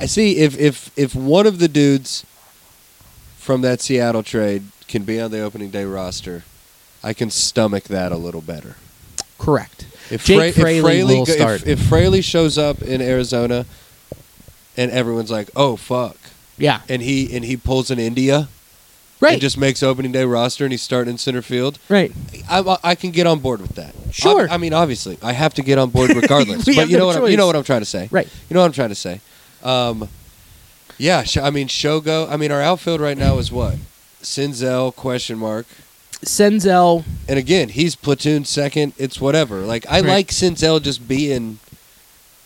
I see if if if one of the dudes from that Seattle trade can be on the opening day roster, I can stomach that a little better.
Correct.
If
Jake
Fra-
Fraley will
go- if-
start.
If, Fraley shows up in Arizona, and everyone's like, "Oh fuck,"
Yeah,
and he and he pulls in India,
right.
and just makes opening day roster, and he's starting in center field.
right.
I, I can get on board with that.
Sure.
Ob- I, mean, obviously, I have to get on board regardless.
We
but
have
you know
no
what? I'm,
choice.
you know what I'm trying to say.
Right.
You know what I'm trying to say. Um, yeah. Sh- I mean, Shogo. I mean, our outfield right now is what Sinzel question mark.
Senzel.
And again, he's platoon second. It's whatever. Like I
Right.
like Sinzel just being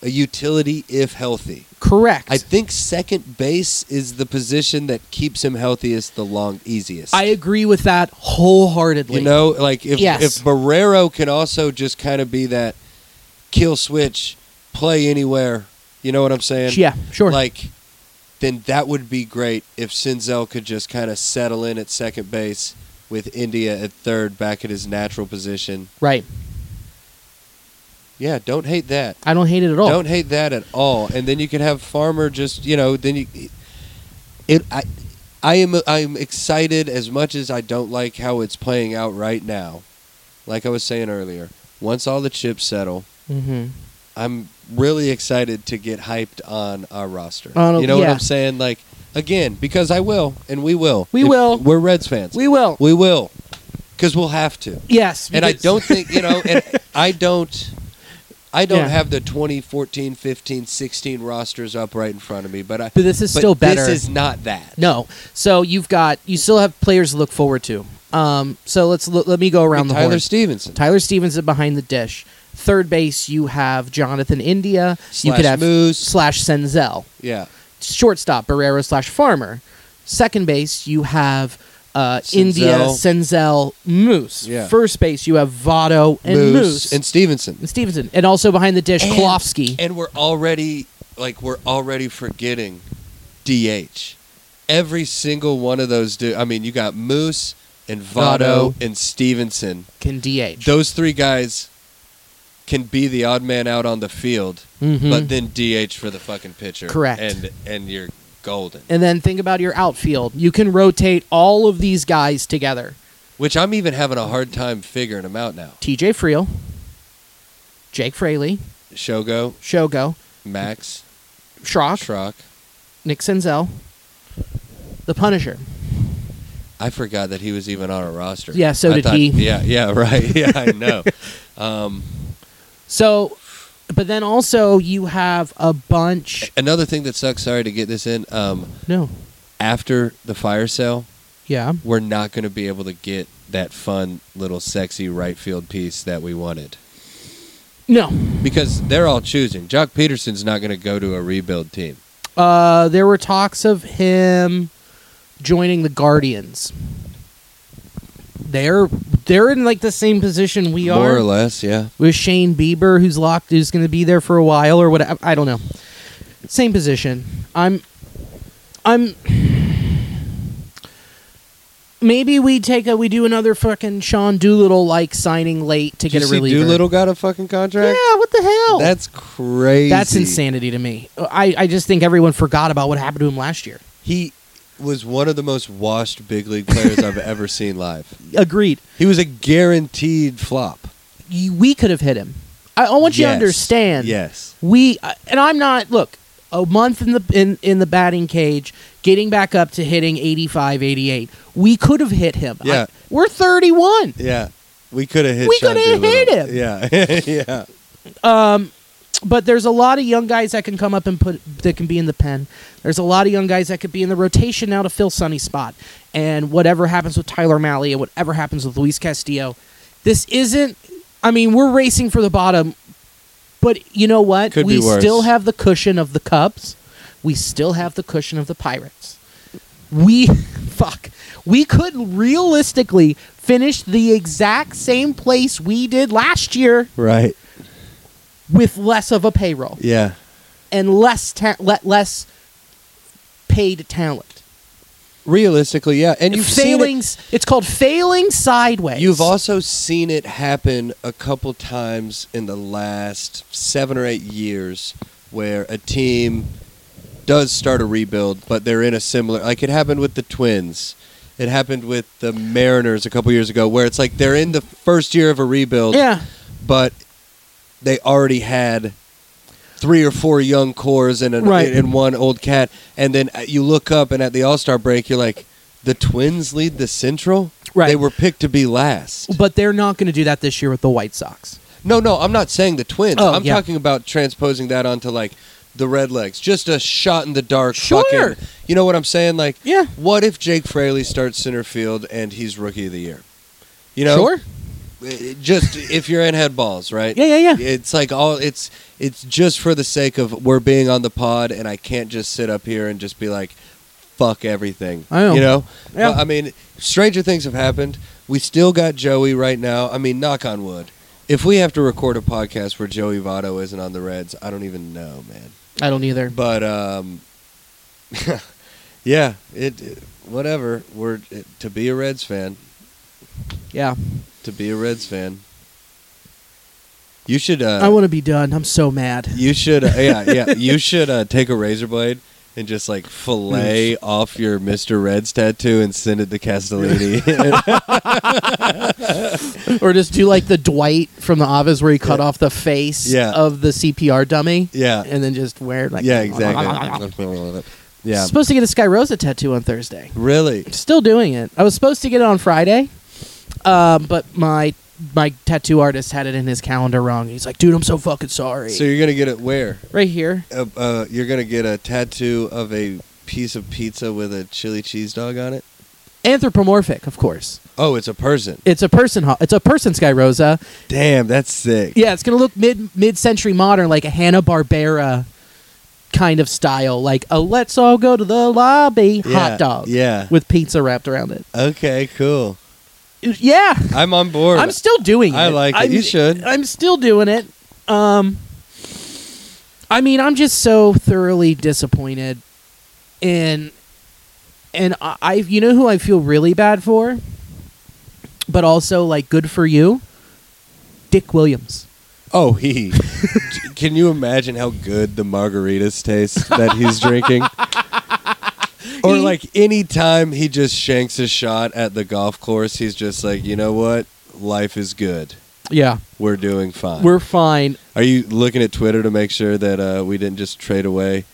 a utility if healthy.
Correct.
I think second base is the position that keeps him healthiest the long easiest.
I agree with that wholeheartedly.
you know, like if
Yes.
if Barrero can also just kind of be that kill switch, play anywhere. You know what I'm saying?
yeah, sure.
Like, then that would be great if Sinzel could just kind of settle in at second base with India at third, back at his natural position.
right.
Yeah, don't hate that.
I don't hate it at all.
Don't hate that at all. And then you can have Farmer just you know then you it I. I am I'm excited as much as I don't like how it's playing out right now. Like I was saying earlier, once all the chips settle,
Mm-hmm.
I'm really excited to get hyped on our roster.
On a-
you know what
yeah.
I'm saying? Like again, because I will and we will.
We
If-
will.
We're Reds fans.
We will.
We will. Cuz we'll have to
Yes.
and I
because-
don't think you know and I don't I don't
Yeah.
have the 2014, 15, 16 rosters up right in front of me, but I
But this is still better.
This is not that.
No. So you've got you still have players to look forward to. Um. So let's l- let me go around the
Tyler
horn.
Stevenson.
Tyler Stevenson behind the dish. Third base, you have Jonathan India. you
Slash
could have
Moose.
slash Senzel.
yeah.
Shortstop Barrero slash Farmer. Second base, you have uh,
Senzel.
India, Senzel, Moose.
Yeah.
First base, you have Votto and Moose,
and Stevenson.
and Stevenson, and also behind the dish,
And-
Klofsky.
And we're already like we're already forgetting DH. Every single one of those do I mean, you got Moose and Votto,
Votto.
and Stevenson.
can DH.
Those three guys can be the odd man out on the field.
Mhm.
but then DH for the fucking pitcher.
Correct.
And and you're golden.
and then think about your outfield. You can rotate all of these guys together.
Which I'm even having a hard time figuring them out now.
TJ Friel, Jake Fraley,
Shogo,
Shogo,
Max,
Schrock,
Schrock.
Nick Senzel, the Punisher.
I forgot that he was even on a roster.
Yeah, so
I
did
thought-
he.
Yeah, yeah, right. Yeah, I know. um,
So, but then also you have a bunch.
another thing that sucks. Sorry to get this in. Um,
No,
after the fire sale,
yeah,
we're not going to be able to get that fun little sexy right field piece that we wanted
no.
because they're all choosing. Jock Peterson's not going to go to a rebuild team.
Uh, there were talks of him joining the Guardians. They're they're in like the same position we
More
are
or less, yeah.
with Shane Bieber, who's locked, who's going to be there for a while or whatever. I don't know. Same position. I'm. I'm. Maybe we take a we do another fucking Sean Doolittle like signing late to
Did
get
you
a
see
reliever.
Doolittle got a fucking
Yeah,
contract.
what the hell?
That's crazy.
That's insanity to me. I, I just think everyone forgot about what happened to him last year.
He was one of the most washed big league players I've ever seen live.
Agreed.
He was a guaranteed flop.
You, we could have hit him. I, I want you
Yes.
to understand.
Yes.
we uh, and I'm not look a month in the in, in the batting cage getting back up to hitting 85 88 we could have hit him I-
Yeah.
we're 31
Yeah. We could have hit.
We
Sean
coulda hit
Doolittle.
him.
Yeah. yeah.
but there's a lot of young guys that can come up and put that can be in the pen there's a lot of young guys that could be in the rotation now to fill Sonny's spot and whatever happens with Tyler Malley and whatever happens with Luis Castillo this isn't I mean we're racing for the bottom but you know what
Could
we
be worse.
still have the cushion of the Cubs we still have the cushion of the Pirates we fuck we could realistically finish the exact same place we did last year
Right.
with less of a payroll
Yeah.
and less ta- le- less paid talent
Realistically, yeah. And you've
failing
seen
s- it's called failing
it.
sideways
You've also seen it happen a couple times in the last seven or eight years, where a team does start a rebuild, but they're in a similar. Like it happened with the Twins. It happened with the Mariners a couple years ago, where it's like they're in the first year of a rebuild,
yeah
but they already had three or four young cores and, an,
Right.
and one old cat. And then uh, you look up, and at the All Star break, you're like, the Twins lead the Central?
Right.
They were picked to be last.
but they're not going to do that this year with the white sox
No, no, I'm not saying the Twins.
Oh,
I'm
yeah.
talking about transposing that onto like the Redlegs. Just a shot in the dark.
Sure.
Fucking, you know what I'm saying? Like,
Yeah.
What if Jake Fraley starts center field and he's rookie of the year? You know,
sure.
it- just if you're in head balls, right?
Yeah, yeah, yeah.
It's like all it's it's just for the sake of we're being on the pod, and I can't just sit up here and just be like, "Fuck everything."
I know.
You know?
Yeah.
But, I mean, stranger things have happened. We still got Joey right now. I mean, knock on wood. If we have to record a podcast where Joey Votto isn't on the Reds, I don't even know, man.
I don't either.
But um, yeah, it whatever. We're to be a Reds fan
Yeah.
to be a Reds fan. You should. Uh,
I want to be done. I'm so mad.
you should. Uh, yeah, yeah. You should uh, take a razor blade and just like fillet off your Mister Reds tattoo and send it to Castellini.
Or just do like the Dwight from the Office where he cut
Yeah.
off the face
Yeah.
of the CPR dummy.
yeah,
And then just wear it like oh
yeah, exactly. yeah,
Supposed to get a Sky Rosa tattoo on Thursday.
really.
Still doing it. I was supposed to get it on Friday, um, but my my tattoo artist had it in his calendar wrong. He's like, "Dude, I'm so fucking sorry."
So you're gonna get it where?
right here.
Uh, uh, you're gonna get a tattoo of a piece of pizza with a chili cheese dog on it.
Anthropomorphic, of course.
Oh, it's a person.
It's a person. ho- It's a person, Sky Rosa.
Damn, that's sick.
Yeah, it's gonna look mid mid century modern, like a Hanna Barbera kind of style, like a let's all go to the lobby
Yeah,
hot dog
Yeah.
with pizza wrapped around it.
Okay, cool.
Yeah,
I'm on board.
I'm still doing it.
I like it.
I'm-
You should.
I'm still doing it. Um, I mean, I'm just so thoroughly disappointed, and and I, I you know who I feel really bad for, but also like good for you, Dick Williams.
Oh, he. Can you imagine how good the margaritas taste that he's drinking? or
He-
like any time he just shanks a shot at the golf course, he's just like, you know what? Life is good.
Yeah,
We're doing fine.
we're fine.
Are you looking at Twitter to make sure that uh, we didn't just trade away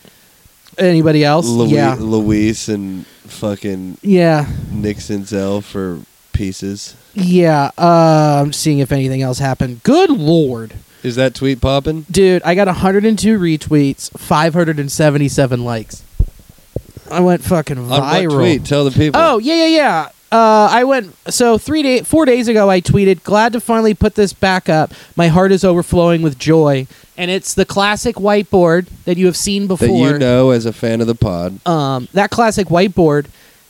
Anybody else?
Louis,
yeah,
Luis and fucking
yeah,
Nixon Zell for pieces?
yeah. Uh, I'm seeing if anything else happened. Good lord,
Is that tweet popping?
dude! I got 102 retweets, 577 likes. I went fucking viral.
On what tweet? Tell the people.
Oh yeah, yeah, yeah. Uh, I went so three day, four days ago. I tweeted, "Glad to finally put this back up. My heart is overflowing with joy." And it's the classic whiteboard that you have seen before.
that you know as a fan of the pod.
um, that classic whiteboard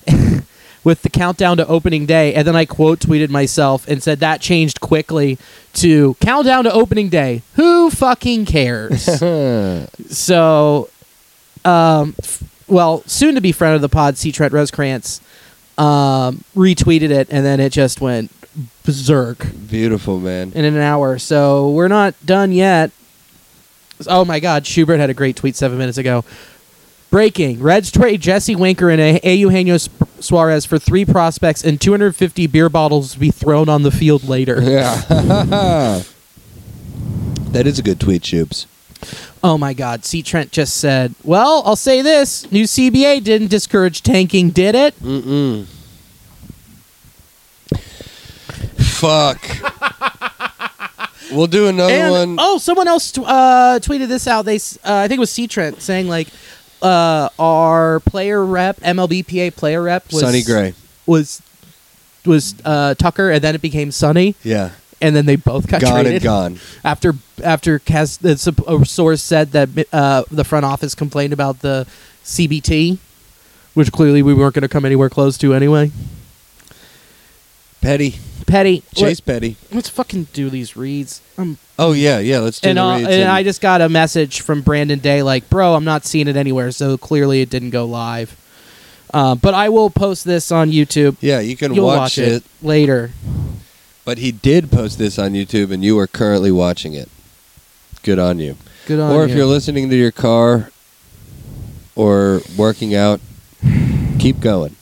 with the countdown to opening day, and then I quote tweeted myself and said that changed quickly to countdown to opening day. Who fucking cares? Uh. so, um, f- well, soon to be friend of the pod, C. Trent Rosecrans, um, retweeted it, and then it just went berserk
Beautiful man.
in an hour. So we're not done yet. Oh my God, Schubert had a great tweet seven minutes ago. Breaking: Reds trade Jesse Winker and A- Eugenio Sp- Suarez for three prospects and 250 beer bottles to be thrown on the field later.
Yeah. that is a good tweet, Shoops.
oh my God, C Trent just said, "Well, I'll say this: new CBA didn't discourage tanking, did it?"
Mm-mm. Fuck. we'll do another
And-
one.
oh, someone else tw- uh, tweeted this out. They, s- uh, I think it was C Trent saying like, uh, our player rep, MLBPA player rep, was
Sunny Gray.
was was uh, Tucker, and then it became Sonny,
Yeah.
and then they both got
gone
traded
and gone.
after after Cas- the, sup- a source said that uh, the front office complained about the CBT, which clearly we weren't going to come anywhere close to anyway.
Petty.
Petty,
Chase Petty.
Let, us fucking do these reads. I'm,
Oh yeah, yeah. Let's do
and,
the
uh,
reads
and
and-
I just got a message from Brandon Day, like, bro, I'm not seeing it anywhere, so clearly it didn't go live. Uh, but I will post this on YouTube.
yeah, you can
You'll
watch,
watch
it.
it later.
But he did post this on YouTube, and you are currently watching it. Good on you.
Good on
or if
you.
you're listening to your car or working out, keep going.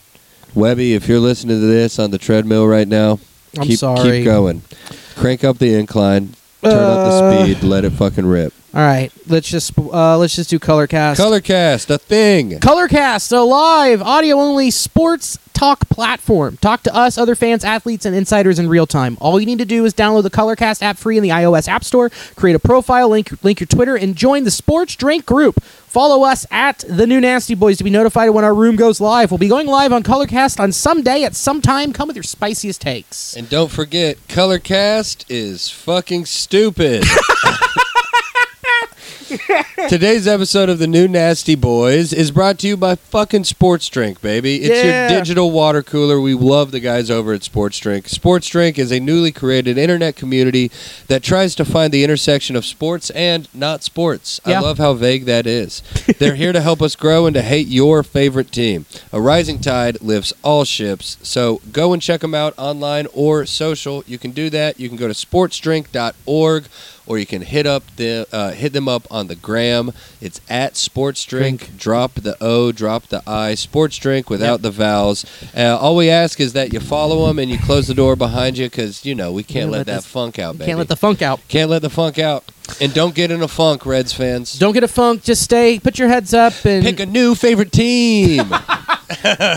Webby, if you're listening to this on the treadmill right now,
I'm
keep,
sorry.
keep going. Crank up the incline, turn up
Uh,
the speed, let it fucking rip.
All right, let's just uh, let's just do color cast.
Color cast, a thing.
Color cast, a live audio only sports talk platform. Talk to us, other fans, athletes, and insiders in real time. All you need to do is download the Colorcast app free in the iOS App Store, create a profile, link, link your Twitter, and join the Sports Drink group. Follow us at the New Nasty Boys to be notified when our room goes live. We'll be going live on Colorcast on some day at some time. Come with your spiciest takes.
And don't forget, Colorcast is fucking stupid. Today's episode of the New Nasty Boys is brought to you by fucking Sports Drink, baby. It's
Yeah.
your digital water cooler. We love the guys over at Sports Drink. Sports Drink is a newly created internet community that tries to find the intersection of sports and not sports.
Yeah.
I love how vague that is. They're here to help us grow and to hate your favorite team. A rising tide lifts all ships. So go and check them out online or social. You can do that. You can go to sportsdrink.org or you can hit up the uh, hit them up on the gram. It's at Sports Drink. Drop the O, drop the I. Sports Drink without the vowels. Uh, all we ask is that you follow them and you close the door behind you because you know we can't let, that
this-
funk out, baby.
Can't let the funk out.
Can't let the funk out. And don't get in a funk, Reds fans.
Don't get a funk. Just stay. Put your heads up and
Pick a new favorite team.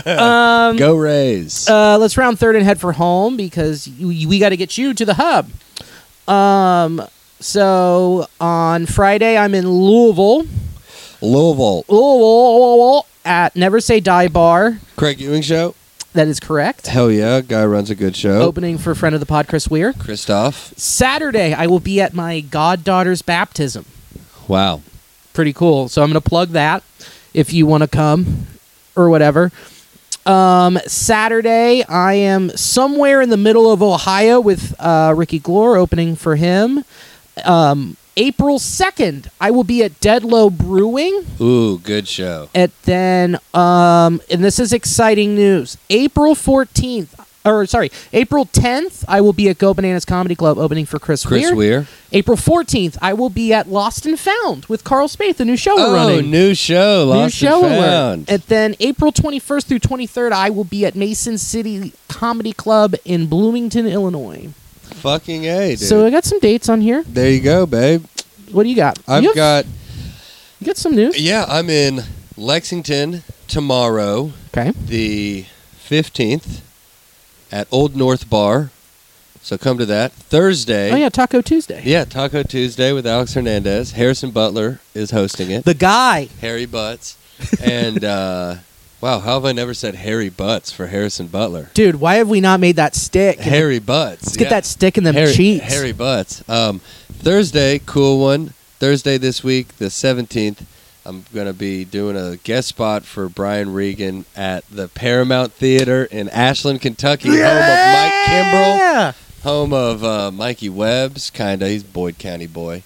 Um, Go Rays.
uh, let's round third and head for home because you, we got to get you to the hub. Um, so on Friday, I'm in Louisville,
Louisville.
Louisville at Never Say Die Bar.
Craig Ewing show.
That is correct.
Hell yeah, guy runs a good show.
Opening for friend of the pod, Chris Weir.
Christoph.
Saturday, I will be at my goddaughter's baptism.
Wow.
Pretty cool. So I'm going to plug that if you want to come or whatever. Um, Saturday, I am somewhere in the middle of Ohio with uh, Ricky Glore opening for him. Um, April 2nd, I will be at Deadlow Brewing.
Ooh, good show.
And then, um, and this is exciting news. April 14th, or sorry, April 10th, I will be at Go Bananas Comedy Club opening for Chris,
Chris
Weir.
Weir.
April 14th, I will be at Lost and Found with Carl Spaeth, the new show we're
Oh,
running.
new show. Lost
new show
and
we're-
found.
And then April 21st through 23rd, I will be at Mason City Comedy Club in Bloomington, Illinois.
Fucking a, dude.
So I got some dates on here.
there you go, babe.
What do you got?
I've
you have-
got.
you got some news.
Yeah, I'm in Lexington tomorrow,
Okay.
the fifteenth, at Old North Bar. So come to that Thursday.
Oh yeah, Taco Tuesday.
Yeah, Taco Tuesday with Alex Hernandez. Harrison Butler is hosting it.
The guy.
Harry Butts. and uh, wow, how have I never said Harry Butts for Harrison Butler?
Dude, why have we not made that stick?
Harry Butts.
Let's get that stick in them
Harry,
cheeks.
Harry Butts. Um, Thursday, cool one. Thursday this week, the 17th, I'm going to be doing a guest spot for Brian Regan at the Paramount Theater in Ashland, Kentucky, home of Mike Kimbrell.
Yeah.
home of uh, Mikey Webb's, kinda. He's Boyd County boy,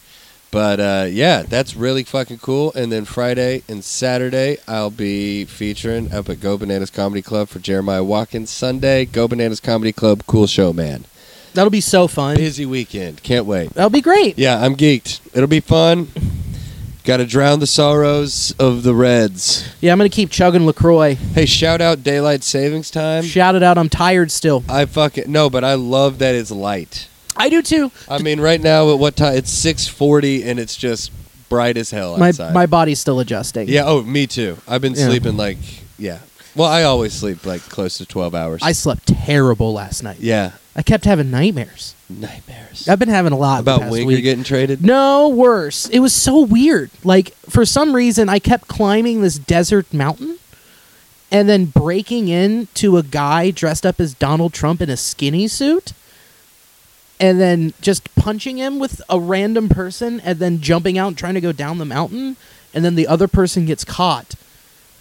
but uh, yeah, that's really fucking cool. And then Friday and Saturday, I'll be featuring up at Go Bananas Comedy Club for Jeremiah Watkins. Sunday, Go Bananas Comedy Club, cool show, man.
That'll be so fun.
Busy weekend, can't wait.
That'll be great.
Yeah, I'm geeked. It'll be fun. Got to drown the sorrows of the Reds.
Yeah, I'm gonna keep chugging Lacroix.
Hey, shout out daylight savings time.
Shout it out. I'm tired still.
I fucking no, but I love that it's light.
I do too.
I mean, right now at what time? It's six forty, and it's just bright as hell
my
outside.
my body's still adjusting.
yeah. Oh, me too. I've been
Yeah.
sleeping like yeah. Well, I always sleep like close to twelve hours.
I slept terrible last night.
yeah.
I kept having nightmares.
Nightmares.
I've been having a lot the
About
past
Winker
week.
getting traded.
No worse. It was so weird. Like for some reason, I kept climbing this desert mountain, and then breaking into a guy dressed up as Donald Trump in a skinny suit, and then just punching him with a random person, and then jumping out and trying to go down the mountain, and then the other person gets caught,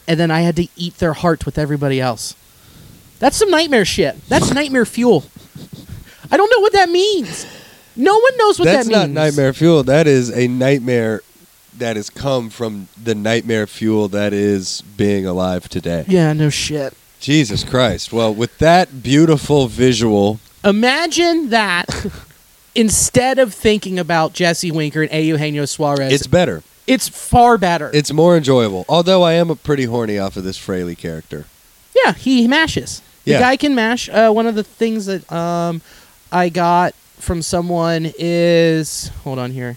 and then I had to eat their heart with everybody else. That's some nightmare shit. That's nightmare fuel. I don't know what that means. No one knows what
That's
that
not
means.
nightmare fuel. That is a nightmare that has come from the nightmare fuel that is being alive today.
Yeah, no shit.
Jesus Christ. Well, with that beautiful visual,
Imagine that instead of thinking about Jesse Winker and Eugenio Suarez,
it's
it's,
better.
far better.
It's more enjoyable. Although I am a pretty horny off of this Fraley character.
yeah, he mashes. The
Yeah.
guy can mash. Uh, one of the things that um, I got from someone is hold on here.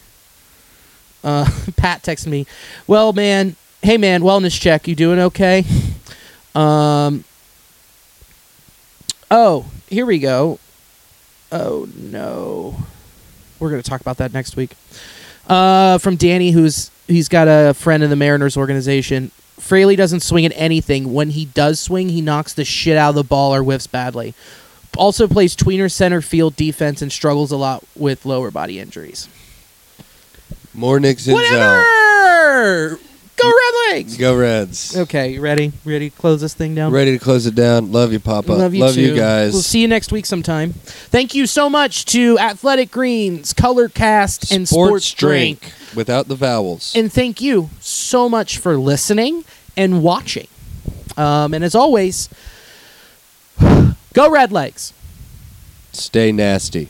Uh, Pat texted me. Well, man, hey man, wellness check. You doing okay? Um, Oh, here we go. Oh no, we're gonna talk about that next week. Uh, from Danny, who's he's got a friend in the Mariners organization. Fraley doesn't swing at anything. When he does swing, he knocks the shit out of the ball or whiffs badly. Also plays tweener center field defense and struggles a lot with lower body injuries.
More Nick Senzel.
Whatever. Go Red Legs.
Go Reds.
Okay, you ready? Ready to close this thing down?
Ready to close it down. Love you, Papa.
Love you, too.
guys.
We'll see you next week sometime. Thank you so much to Athletic Greens, Color Cast, and Sports, Drink.
without the vowels.
And thank you so much for listening and watching. Um, and as always, go Red Legs.
Stay nasty.